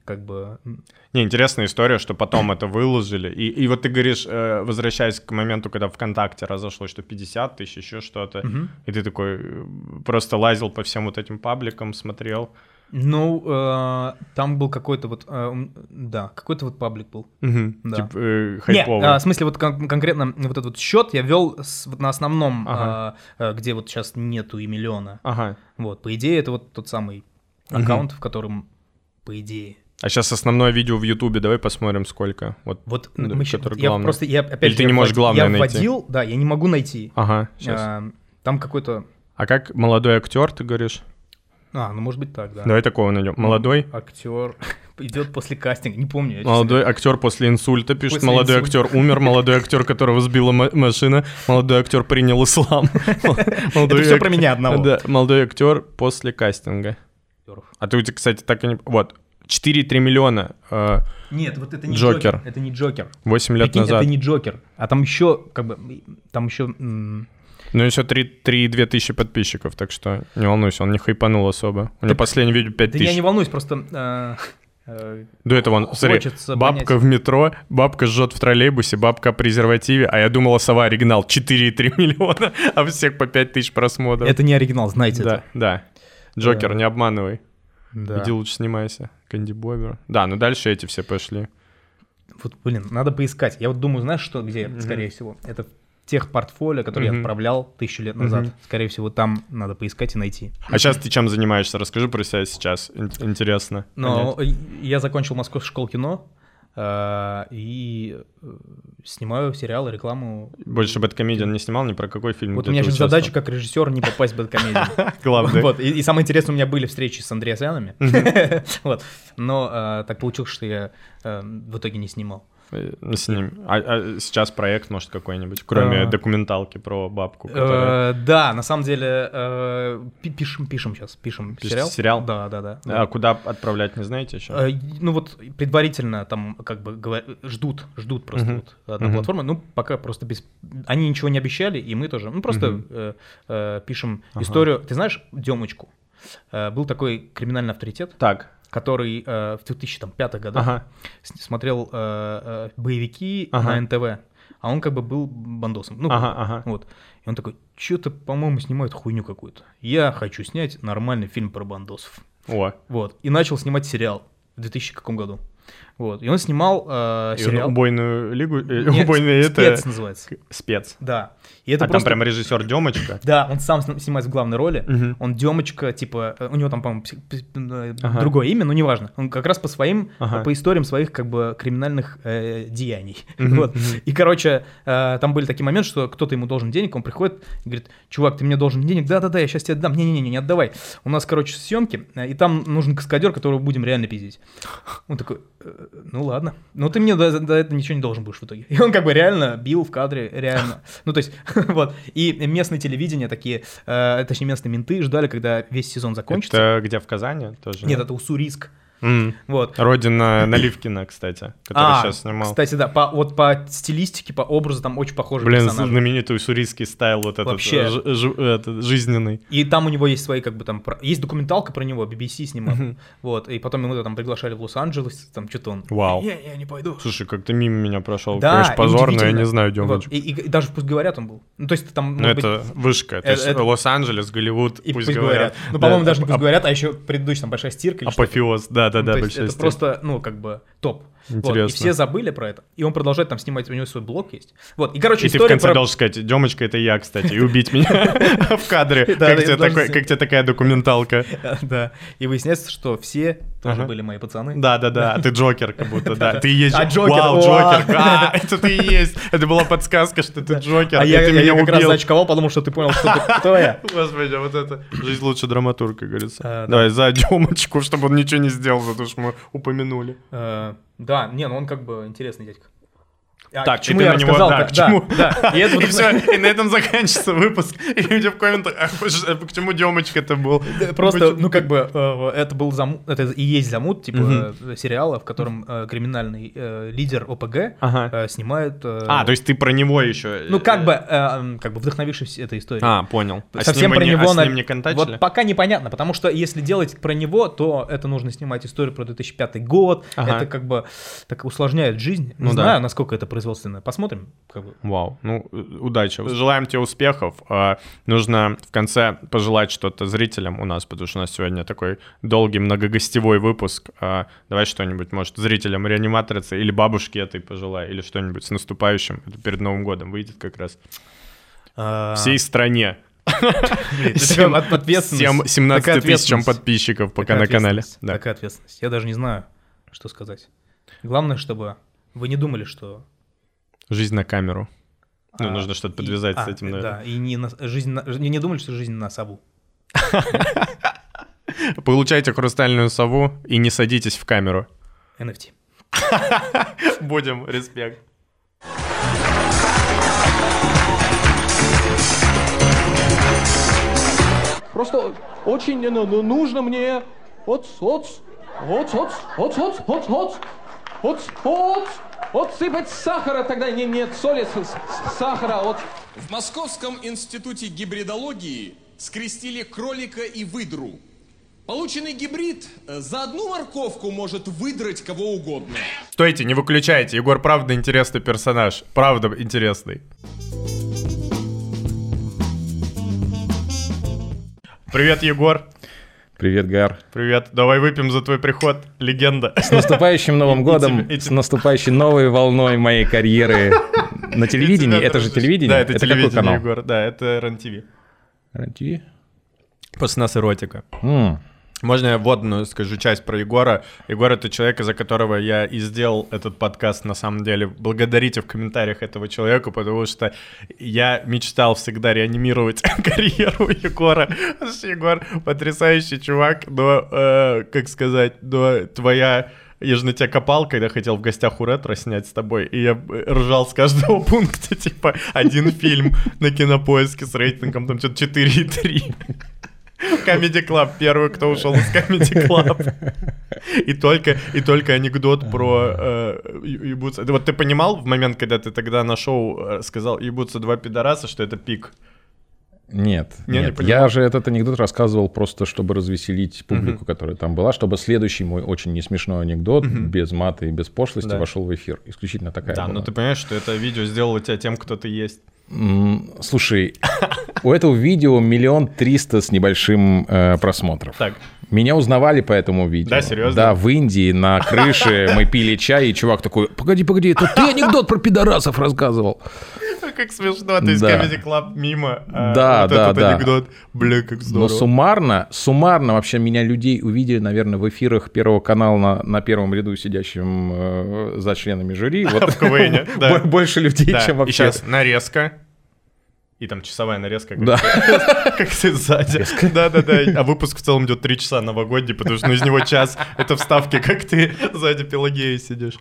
Speaker 4: как бы... м,
Speaker 3: Не, интересная история, что потом это выложили. И, и вот ты говоришь, э, возвращаясь к моменту, когда ВКонтакте разошлось, что 50 тысяч, еще что-то.
Speaker 4: мгм.
Speaker 3: И ты такой э, просто лазил по всем вот этим пабликам, смотрел.
Speaker 4: Ну, э, там был какой-то вот, э, м, да, какой-то вот паблик был.
Speaker 3: Мгм.
Speaker 4: Да.
Speaker 3: Типа э,
Speaker 4: Не,
Speaker 3: хайповый.
Speaker 4: а, в смысле, вот кон- конкретно вот этот вот счет я вел с- вот на основном,
Speaker 3: Ага.
Speaker 4: а, э, где вот сейчас нету и миллиона.
Speaker 3: Ага.
Speaker 4: Вот, по идее, это вот тот самый
Speaker 3: Мгм.
Speaker 4: аккаунт, в котором, по идее,
Speaker 3: А сейчас основное видео в Ютубе, давай посмотрим, сколько. Вот.
Speaker 4: вот
Speaker 3: Да,
Speaker 4: мы щ-
Speaker 3: который
Speaker 4: я
Speaker 3: главный.
Speaker 4: просто, я опять
Speaker 3: Или
Speaker 4: же,
Speaker 3: ты
Speaker 4: я
Speaker 3: не можешь
Speaker 4: ввод-
Speaker 3: главное
Speaker 4: я
Speaker 3: найти?
Speaker 4: вводил, да, я не могу найти.
Speaker 3: Ага, сейчас. А...
Speaker 4: А, Там какой-то,
Speaker 3: как молодой актер, ты говоришь?
Speaker 4: а, ну может быть так, да.
Speaker 3: Давай такого найдем. Молодой?
Speaker 4: Актер идет после кастинга, не помню. я, честно
Speaker 3: Молодой актер после инсульта пишет.
Speaker 4: После
Speaker 3: молодой
Speaker 4: инсульта.
Speaker 3: актер умер. Молодой актер, которого сбила ма- машина. Молодой актер принял ислам.
Speaker 4: Это
Speaker 3: Молодой
Speaker 4: все
Speaker 3: ак-
Speaker 4: про меня одного.
Speaker 3: Да, молодой актер после кастинга. А ты, у тебя, кстати, так и не... Вот, 4-3 миллиона э,
Speaker 4: Нет, вот это не
Speaker 3: Джокер.
Speaker 4: Джокер. Это не Джокер.
Speaker 3: 8 лет
Speaker 4: Прикинь,
Speaker 3: назад.
Speaker 4: это не Джокер. А там еще, как бы, там еще...
Speaker 3: Ну, еще 3-2 тысячи подписчиков, так что не волнуйся, он не хайпанул особо. У него последнее видео 5
Speaker 4: Да я не
Speaker 3: тысяч.
Speaker 4: волнуюсь, просто... э, э,
Speaker 3: До этого он, смотри,
Speaker 4: Хочется
Speaker 3: бабка
Speaker 4: понять.
Speaker 3: в метро, бабка жжет в троллейбусе, бабка о презервативе, а я думала, сова оригинал 4,3 миллиона, а всех по 5 тысяч просмотров.
Speaker 4: Это не оригинал, знаете
Speaker 3: Да,
Speaker 4: это.
Speaker 3: да. Джокер,
Speaker 4: Да.
Speaker 3: не обманывай.
Speaker 4: Да.
Speaker 3: Иди лучше снимайся. Кэнди Бобер. Да, ну дальше эти все пошли.
Speaker 4: Вот, блин, надо поискать. Я вот думаю, знаешь, что где,
Speaker 3: Мгм.
Speaker 4: скорее всего? Это в тех портфолио, которые
Speaker 3: Мгм.
Speaker 4: я отправлял тысячу лет назад. Скорее всего, там надо поискать и найти.
Speaker 3: А сейчас ты чем занимаешься? Расскажи про себя сейчас. Ин- Интересно.
Speaker 4: Но я закончил Московскую школу кино э, и э, снимаю сериалы, рекламу.
Speaker 3: понять. Больше Бэткомедиан не снимал, ни про какой фильм.
Speaker 4: Вот
Speaker 3: где
Speaker 4: у меня
Speaker 3: ты
Speaker 4: сейчас
Speaker 3: участвовал?
Speaker 4: задача как режиссер не попасть в бэткомедию.
Speaker 3: Главное.
Speaker 4: Вот, и, и самое интересное, у меня были встречи с Андреасянами, вот, но э, так получилось, что я э, в итоге не снимал.
Speaker 3: Э, С ним. А, а сейчас проект, может, какой-нибудь, кроме
Speaker 4: А.
Speaker 3: документалки про бабку, которая...
Speaker 4: Э, да, на самом деле э, пи- пишем, пишем сейчас, пишем
Speaker 3: Пишете
Speaker 4: сериал.
Speaker 3: сериал?
Speaker 4: Да, да, да.
Speaker 3: А куда отправлять, не знаете еще?
Speaker 4: Э, Ну вот предварительно там как бы говор- ждут, ждут просто
Speaker 3: Мгм.
Speaker 4: вот одна
Speaker 3: Мгм.
Speaker 4: платформа. Ну пока просто без, они ничего не обещали, и мы тоже. Ну просто
Speaker 3: Мгм.
Speaker 4: э, э, пишем
Speaker 3: Ага.
Speaker 4: историю. Ты знаешь Демочку? Э, Был такой криминальный авторитет,
Speaker 3: Так,
Speaker 4: который э, в 2005 годах
Speaker 3: ага.
Speaker 4: с- смотрел э, э, боевики
Speaker 3: Ага.
Speaker 4: на НТВ, а он как бы был бандосом. Ну,
Speaker 3: Ага, ага.
Speaker 4: вот. И он такой, что-то, по-моему, снимает хуйню какую-то. Я хочу снять нормальный фильм про бандосов.
Speaker 3: О,
Speaker 4: Вот. И начал снимать сериал в 2000 каком году. Вот. И он снимал э,
Speaker 3: и он
Speaker 4: сериал.
Speaker 3: убойную лигу,
Speaker 4: Нет,
Speaker 3: э, убойные
Speaker 4: спец
Speaker 3: это...
Speaker 4: называется.
Speaker 3: Спец.
Speaker 4: Да. И это
Speaker 3: А там
Speaker 4: просто...
Speaker 3: прям режиссер Демочка.
Speaker 4: Да, он сам сни- снимает в главной роли.
Speaker 3: Мгм.
Speaker 4: Он Демочка, типа, э, у него там, по-моему, пси- пси- э,
Speaker 3: Ага.
Speaker 4: другое имя, но неважно. Он как раз по своим,
Speaker 3: Ага.
Speaker 4: по историям своих, как бы, криминальных э, деяний.
Speaker 3: Мгм,
Speaker 4: Вот.
Speaker 3: мгм.
Speaker 4: И, короче, э, там были такие моменты, что кто-то ему должен денег, он приходит и говорит, чувак, ты мне должен денег, да-да-да, я сейчас тебе отдам, не-не-не, не отдавай. У нас, короче, съемки, э, и там нужен каскадер, которого будем реально пиздить. Он такой, «Э, ну ладно, но ты мне до, до этого ничего не должен будешь в итоге. И он как бы реально бил в кадре, реально. Ну то есть, вот. И местное телевидение такие, э, точнее местные менты ждали, когда весь сезон закончится.
Speaker 3: Это где, в Казани тоже?
Speaker 4: Нет, это Уссурийск.
Speaker 3: М.
Speaker 4: Вот.
Speaker 3: Родина Наливкина, кстати, который
Speaker 4: А,
Speaker 3: сейчас снимал.
Speaker 4: Кстати, да, по, вот по стилистике, по образу там очень похожи
Speaker 3: Блин,
Speaker 4: персонажи.
Speaker 3: знаменитый уссурийский стайл вот этот,
Speaker 4: Вообще.
Speaker 3: ж- ж- этот, жизненный.
Speaker 4: И там у него есть свои, как бы там, про- есть документалка про него, BBC снимал.
Speaker 3: Мгм.
Speaker 4: Вот, и потом его там приглашали в Лос-Анджелес, там что-то он...
Speaker 3: Вау.
Speaker 4: Я, я не пойду.
Speaker 3: Слушай, как ты мимо меня прошел,
Speaker 4: Да,
Speaker 3: конечно, позор, но я
Speaker 4: удивительно.
Speaker 3: не знаю
Speaker 4: Вот,
Speaker 3: Демочку.
Speaker 4: и, и- и даже пусть говорят, он был. Ну, то есть там...
Speaker 3: Ну,
Speaker 4: может быть,
Speaker 3: это вышка. То
Speaker 4: э,
Speaker 3: есть
Speaker 4: это-
Speaker 3: Лос-Анджелес, Голливуд,
Speaker 4: И
Speaker 3: пусть, говорят.
Speaker 4: Ну,
Speaker 3: Да,
Speaker 4: по-моему, даже не
Speaker 3: ап-
Speaker 4: пусть говорят, а еще предыдущий, там, большая стирка. или что-то.
Speaker 3: Апофеоз, да-да-да,
Speaker 4: Ну, то есть
Speaker 3: А большая
Speaker 4: это
Speaker 3: степень.
Speaker 4: просто, ну, как бы топ. Вот, и
Speaker 3: Интересно.
Speaker 4: все забыли про это. И он продолжает там снимать, у него свой блог есть. Вот, и, короче,
Speaker 3: И ты в
Speaker 4: история
Speaker 3: конце
Speaker 4: про...
Speaker 3: должен сказать, Демочка, это я, кстати, и убить меня в кадре.
Speaker 4: Да,
Speaker 3: Как
Speaker 4: да,
Speaker 3: тебе
Speaker 4: должен
Speaker 3: такой-
Speaker 4: с-
Speaker 3: как тебе такая документалка?
Speaker 4: Да, и выясняется, что все тоже
Speaker 3: Ага.
Speaker 4: были мои пацаны.
Speaker 3: Да-да-да, а ты Джокер как будто, да. Ты и есть...
Speaker 4: А Джокер,
Speaker 3: Вау,
Speaker 4: о!
Speaker 3: Джокер, да, это ты и есть. Это была подсказка, что ты Джокер,
Speaker 4: А
Speaker 3: и
Speaker 4: я,
Speaker 3: ты
Speaker 4: я
Speaker 3: меня
Speaker 4: как раз
Speaker 3: убил.
Speaker 4: зачковал, потому что ты понял, что ты- кто я.
Speaker 3: Господи, вот это жизнь лучше драматург, как говорится.
Speaker 4: А, да.
Speaker 3: Давай за Демочку, чтобы он ничего не сделал, потому что мы упомянули.
Speaker 4: Э, Да, не, ну он как бы интересный дядька. А,
Speaker 3: Так,
Speaker 4: к чему
Speaker 3: и ты
Speaker 4: я
Speaker 3: на него,
Speaker 4: рассказал-то?
Speaker 3: да, к чему?
Speaker 4: Да, и это вот-
Speaker 3: И все, и на этом заканчивается выпуск. И люди в комментах, «А ж- к чему демочка это был?
Speaker 4: Да, Просто,
Speaker 3: Почему?
Speaker 4: ну, как бы, э, это был замут, это и есть замут, типа,
Speaker 3: Мгм.
Speaker 4: э, сериала, в котором э, криминальный э, лидер ОПГ
Speaker 3: Ага.
Speaker 4: э, снимает... э,
Speaker 3: А, то есть ты про него еще.
Speaker 4: Ну, как бы, э, эм, как бы вдохновившись этой историей.
Speaker 3: А, понял. А с
Speaker 4: Совсем
Speaker 3: ним
Speaker 4: про
Speaker 3: они-
Speaker 4: него...
Speaker 3: а с
Speaker 4: на-
Speaker 3: ним не контачили?
Speaker 4: Вот пока непонятно, потому что если делать про него, то это нужно снимать историю про 2005 год,
Speaker 3: Ага.
Speaker 4: это как бы так усложняет жизнь.
Speaker 3: Ну
Speaker 4: Не
Speaker 3: да.
Speaker 4: знаю, насколько это производственная. Посмотрим. Как бы.
Speaker 3: Вау, ну, э, удачи. Желаем тебе успехов. А, Нужно в конце пожелать что-то зрителям у нас, потому что у нас сегодня такой долгий многогостевой выпуск. А, Давай что-нибудь, может, зрителям реаниматрицы или бабушке этой пожелай, или что-нибудь с наступающим. Это перед Новым годом выйдет как раз.
Speaker 4: А,
Speaker 3: Всей стране.
Speaker 4: блин, это
Speaker 3: Всем-
Speaker 4: прям от- ответственность.
Speaker 3: всем
Speaker 4: Такая
Speaker 3: 17 тысячам
Speaker 4: ответственность.
Speaker 3: подписчиков пока
Speaker 4: Такая
Speaker 3: на канале.
Speaker 4: ответственность,
Speaker 3: Да.
Speaker 4: Такая ответственность. Я даже не знаю, что сказать. Главное, чтобы вы не думали, что...
Speaker 3: Жизнь на камеру. Ну,
Speaker 4: а,
Speaker 3: нужно что-то
Speaker 4: и-
Speaker 3: подвязать с
Speaker 4: а,
Speaker 3: этим, наверное.
Speaker 4: Да, и не, на- жизнь на- не не думали, что жизнь на сову.
Speaker 3: Получайте хрустальную сову и не садитесь в камеру.
Speaker 4: NFT.
Speaker 3: Будем, респект.
Speaker 5: Просто очень ну, ну, нужно мне... Оц, оц, оц, оц, оц, оц, оц, оц, оц, оц, отсыпать сахара тогда, не, нет, соли, с- с- сахара, вот.
Speaker 6: В Московском институте гибридологии скрестили кролика и выдру. Полученный гибрид э, за одну морковку может выдрать кого угодно.
Speaker 3: Стойте, не выключайте. Егор правда интересный персонаж. Правда интересный. Привет, Егор.
Speaker 7: Привет, Гар.
Speaker 3: Привет. Давай выпьем за твой приход. Легенда.
Speaker 7: С наступающим Новым
Speaker 3: и
Speaker 7: годом,
Speaker 3: тебя-
Speaker 7: с наступающей новой волной моей карьеры на телевидении.
Speaker 3: И тебя
Speaker 7: Это же
Speaker 3: дружишь.
Speaker 7: телевидение?
Speaker 3: Да, это,
Speaker 7: какой
Speaker 3: телевидение,
Speaker 7: канал?
Speaker 3: Егор. Да, это РЕН-ТВ.
Speaker 7: Ради.
Speaker 3: После нас эротика.
Speaker 7: М,
Speaker 3: Можно я вводную скажу часть про Егора? Егор — это человек, из-за которого я и сделал этот подкаст, на самом деле. Благодарите в комментариях этого человека, потому что я мечтал всегда реанимировать карьеру Егора. Потому что Егор — потрясающий чувак, но, э, как сказать, но твоя... Я же на тебя копал, когда хотел в гостях у ретро снять с тобой, и я э, ржал с каждого пункта, типа, один фильм на кинопоиске с рейтингом, там что-то 4,3. Comedy Club, первый, кто ушел из Comedy Club. И только, и только анекдот про э, ю- ебутся. Вот ты понимал в момент, когда ты тогда на шоу э, сказал ебутся два пидораса, что это пик?
Speaker 7: Нет,
Speaker 3: Не, не
Speaker 7: нет.
Speaker 3: понимаю.
Speaker 7: я же этот анекдот рассказывал просто, чтобы развеселить публику, которая там была, чтобы следующий мой очень несмешной анекдот без мата и без пошлости
Speaker 3: Да.
Speaker 7: вошел в эфир. Исключительно такая
Speaker 3: Да,
Speaker 7: была.
Speaker 3: ну ты понимаешь, что это видео сделало тебя тем, кто ты есть.
Speaker 7: М, Слушай, у этого видео миллион триста с небольшим э, просмотров.
Speaker 3: Так.
Speaker 7: Меня узнавали по этому видео.
Speaker 3: Да, серьезно?
Speaker 7: Да, в Индии на крыше мы пили чай, и чувак такой, погоди, погоди, это ты анекдот про пидорасов рассказывал.
Speaker 3: Как смешно, ты из
Speaker 7: Да.
Speaker 3: Comedy Club мимо. а
Speaker 7: Да,
Speaker 3: вот
Speaker 7: да,
Speaker 3: этот
Speaker 7: да.
Speaker 3: анекдот. Бля, как
Speaker 7: Но
Speaker 3: здорово.
Speaker 7: суммарно, суммарно вообще меня людей увидели, наверное, в эфирах Первого канала на, на первом ряду сидящим э, за членами жюри. Вот.
Speaker 3: В КВН, да.
Speaker 7: Бо- Больше людей,
Speaker 3: Да,
Speaker 7: чем
Speaker 3: И
Speaker 7: вообще.
Speaker 3: сейчас нарезка. И там часовая нарезка, как,
Speaker 7: Да.
Speaker 3: как ты сзади. Да-да-да. А выпуск в целом идет 3 часа новогодний, потому что ну, из него час — это вставки, как ты сзади Пелагеи сидишь.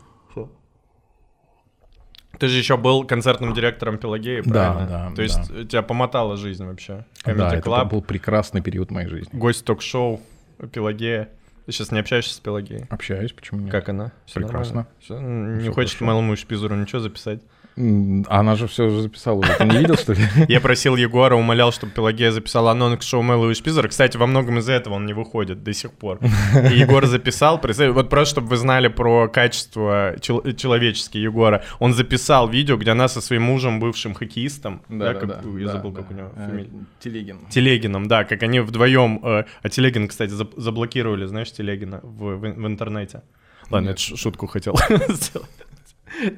Speaker 3: Ты же еще был концертным директором Пелагеи,
Speaker 7: Да,
Speaker 3: правильно?
Speaker 7: да,
Speaker 3: То есть тебя помотала жизнь вообще.
Speaker 7: Да,
Speaker 3: Comedy
Speaker 7: это
Speaker 3: Club,
Speaker 7: был прекрасный период моей жизни.
Speaker 3: гость ток-шоу Пелагея. Ты сейчас не общаешься с Пелагеей?
Speaker 7: Общаюсь, почему нет?
Speaker 3: Как она? Всё
Speaker 7: Прекрасно.
Speaker 3: нормально? Всё? Не
Speaker 7: Всё
Speaker 3: хочет
Speaker 7: хорошо.
Speaker 3: малому шпизуру ничего записать?
Speaker 7: М, Она же все уже записала. уже. Ты не видел, что ли?
Speaker 3: Я просил Егора, умолял, чтобы Пелагея записала анонс к шоу Мэллоу и Шпизер. Кстати, во многом из-за этого он не выходит до сих пор. И Егор записал, представь, вот просто, чтобы вы знали про качество чел- человеческие Егора. Он записал видео, где она со своим мужем, бывшим хоккеистом, да, Э, как- я забыл, как у него фамилия.
Speaker 7: Э, Телегин.
Speaker 3: Телегином, да, как они вдвоем... э, а Телегин, кстати, зап- заблокировали, знаешь, Телегина в, в- в интернете. Ладно, это ш- шутку хотел сделать.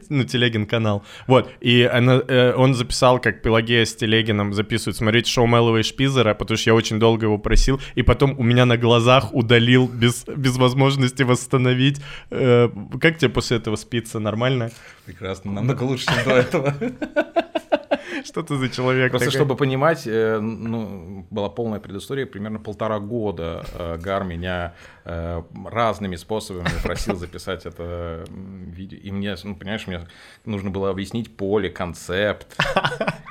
Speaker 3: Ну, Телегин канал. Вот, и она, э, он записал, как Пелагея с Телегином записывает, смотреть шоу Мэлова и Шпизера, потому что я очень долго его просил, и потом у меня на глазах удалил без, без возможности восстановить. Э, как тебе после этого спится? Нормально?
Speaker 7: Прекрасно, намного лучше, чем до этого.
Speaker 3: Что ты за человек?
Speaker 7: Просто
Speaker 3: такой?
Speaker 7: чтобы понимать, э, ну, была полная предыстория, примерно полтора года э, Гар меня э, разными способами просил записать это м, видео. И мне, ну, понимаешь, мне нужно было объяснить поле, концепт.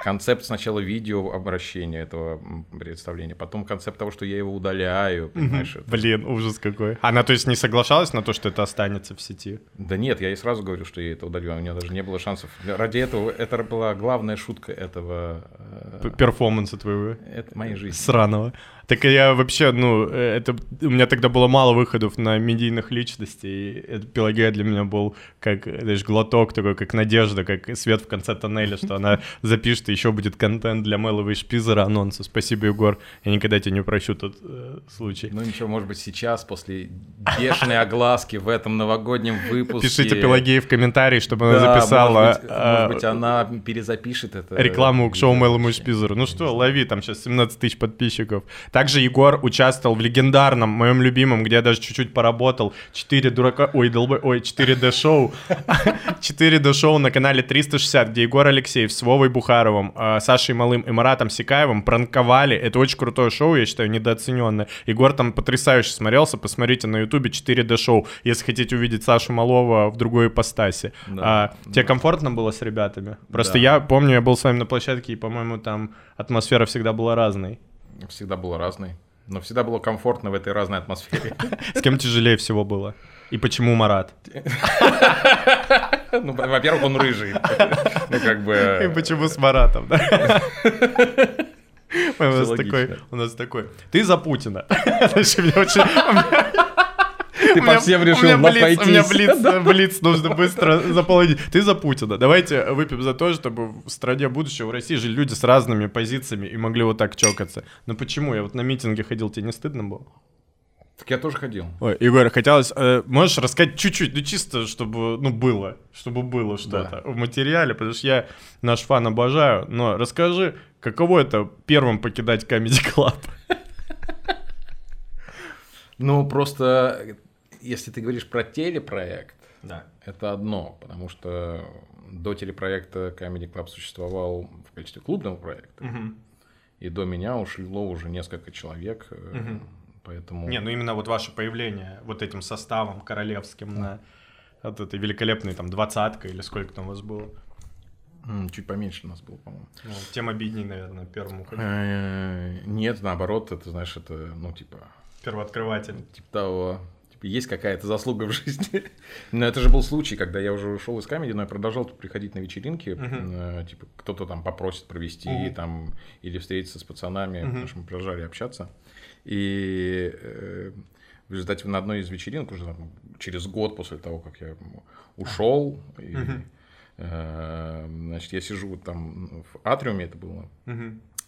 Speaker 7: Концепт сначала видео обращения этого м, представления, потом концепт того, что я его удаляю, понимаешь. это-
Speaker 3: Блин, ужас какой. Она, то есть, не соглашалась на то, что это останется в сети?
Speaker 7: Да нет, я и сразу говорю, что я это удалю, а у меня даже не было шансов. Ради этого, это была главная шутка этого... э,
Speaker 3: П- перформанса твоего
Speaker 7: это моей жизни.
Speaker 3: сраного. Так я вообще, ну, э, это, у меня тогда было мало выходов на медийных личностей, и это Пелагея для меня был как, э, знаешь, глоток такой, как надежда, как свет в конце тоннеля, что она запишет, и еще будет контент для Мэлова и Шпизера, анонсы. Спасибо, Егор, я никогда тебя не прощу тот э, случай.
Speaker 7: Ну ничего, может быть, сейчас, после бешеной огласки в этом новогоднем выпуске...
Speaker 3: Пишите Пелагеи в комментарии, чтобы она
Speaker 7: Да,
Speaker 3: записала
Speaker 7: Может быть,
Speaker 3: э,
Speaker 7: может быть, она перезапишет это.
Speaker 3: рекламу к шоу
Speaker 7: видео.
Speaker 3: Мэлому и Шпизеру. Ну что, лови, там сейчас 17 тысяч подписчиков. Также Егор участвовал в легендарном, моем любимом, где я даже чуть-чуть поработал, 4 дурака, ой, долбой, ой, 4D шоу, 4D шоу на канале 360, где Егор Алексеев с Вовой Бухаровым, э, Сашей Малым и Маратом Сикаевым пранковали. Это очень крутое шоу, я считаю, недооцененное. Егор там потрясающе смотрелся, посмотрите на ютубе 4D шоу, если хотите увидеть Сашу Малова в другой ипостаси.
Speaker 7: Да.
Speaker 3: А, тебе комфортно было с ребятами? Просто
Speaker 7: Да.
Speaker 3: я помню, я был с вами на площадке, и, по-моему, там атмосфера всегда была разной.
Speaker 7: Всегда было разной. Но всегда было комфортно в этой разной атмосфере.
Speaker 3: С кем тяжелее всего было? И почему Марат?
Speaker 7: Ну, во-первых, он рыжий. Ну, как
Speaker 3: И
Speaker 7: бы...
Speaker 3: почему с Маратом, да? У нас
Speaker 7: логично.
Speaker 3: такой, у нас такой. Ты за Путина. Слушай, мне очень- у меня-
Speaker 7: Ты
Speaker 3: у меня-
Speaker 7: по всем
Speaker 3: у меня
Speaker 7: решил
Speaker 3: блиц- У меня
Speaker 7: пройтись.
Speaker 3: блиц, э, блиц нужно быстро заполнить. Ты за Путина. Давайте выпьем за то, чтобы в стране будущего, в России жили люди с разными позициями и могли вот так чокаться. Но почему? Я вот на митинге ходил, тебе не стыдно было?
Speaker 7: Так я тоже ходил.
Speaker 3: Ой, Егор, хотелось, э, можешь рассказать чуть-чуть, ну чисто, чтобы, ну было, чтобы было что-то в материале, потому что я наш фан обожаю, но расскажи, каково это первым покидать Comedy Club?
Speaker 7: Ну, просто, если ты говоришь про телепроект, это одно, потому что до телепроекта Comedy Club существовал в качестве клубного проекта, и до меня ушло уже несколько человек, э, поэтому...
Speaker 3: Не, ну именно вот ваше появление вот этим составом королевским на вот этой великолепной там двадцатка или сколько там у вас было.
Speaker 7: М, Чуть поменьше нас было, по-моему.
Speaker 3: Ну, тем обидней, наверное, первому уходу.
Speaker 7: Э, Нет, наоборот, это, знаешь, это, ну, типа,
Speaker 3: Первооткрыватель.
Speaker 7: типа того. Типа, есть какая-то заслуга в жизни. Но это же был случай, когда я уже ушел из камеди, но я продолжал тут приходить на вечеринки. э, Типа, кто-то там попросит провести там или встретиться с пацанами, потому что мы продолжали общаться. И э, в результате на одной из вечеринок уже там через год после того, как я ушел, и, э, значит, я сижу там в атриуме, это было,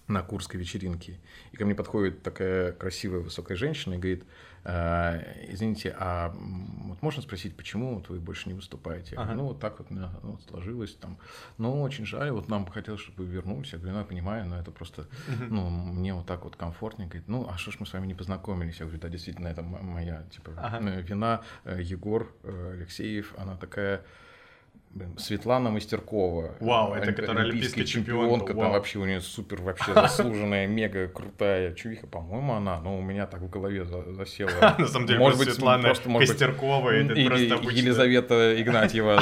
Speaker 7: на курской вечеринке. И ко мне подходит такая красивая высокая женщина и говорит, «А, извините, а м, вот можно спросить, почему вот вы больше не выступаете? Я говорю, Ну, вот так вот у меня ну, вот сложилось там. Ну, очень жаль, вот нам бы хотелось, чтобы вы вернулись. Я говорю, ну, я понимаю, но это просто, ну, мне вот так вот комфортнее. Говорит, ну, а что ж мы с вами не познакомились? Я говорю, да, действительно, это м- моя, типа, э, вина. Э, Егор э, Алексеев, она такая... блин, Светлана Мастеркова. э,
Speaker 3: Вау, это
Speaker 7: Олимпи-
Speaker 3: которая олимпийская чемпионка,
Speaker 7: Там
Speaker 3: вау.
Speaker 7: вообще у нее супер вообще заслуженная, мега крутая чувиха, по-моему, она, но у меня так в голове за- засела.
Speaker 3: На самом деле,
Speaker 7: Может
Speaker 3: просто
Speaker 7: быть,
Speaker 3: Светлана
Speaker 7: просто, может быть,
Speaker 3: Костеркова, это
Speaker 7: или
Speaker 3: просто обычная-
Speaker 7: Елизавета Игнатьева,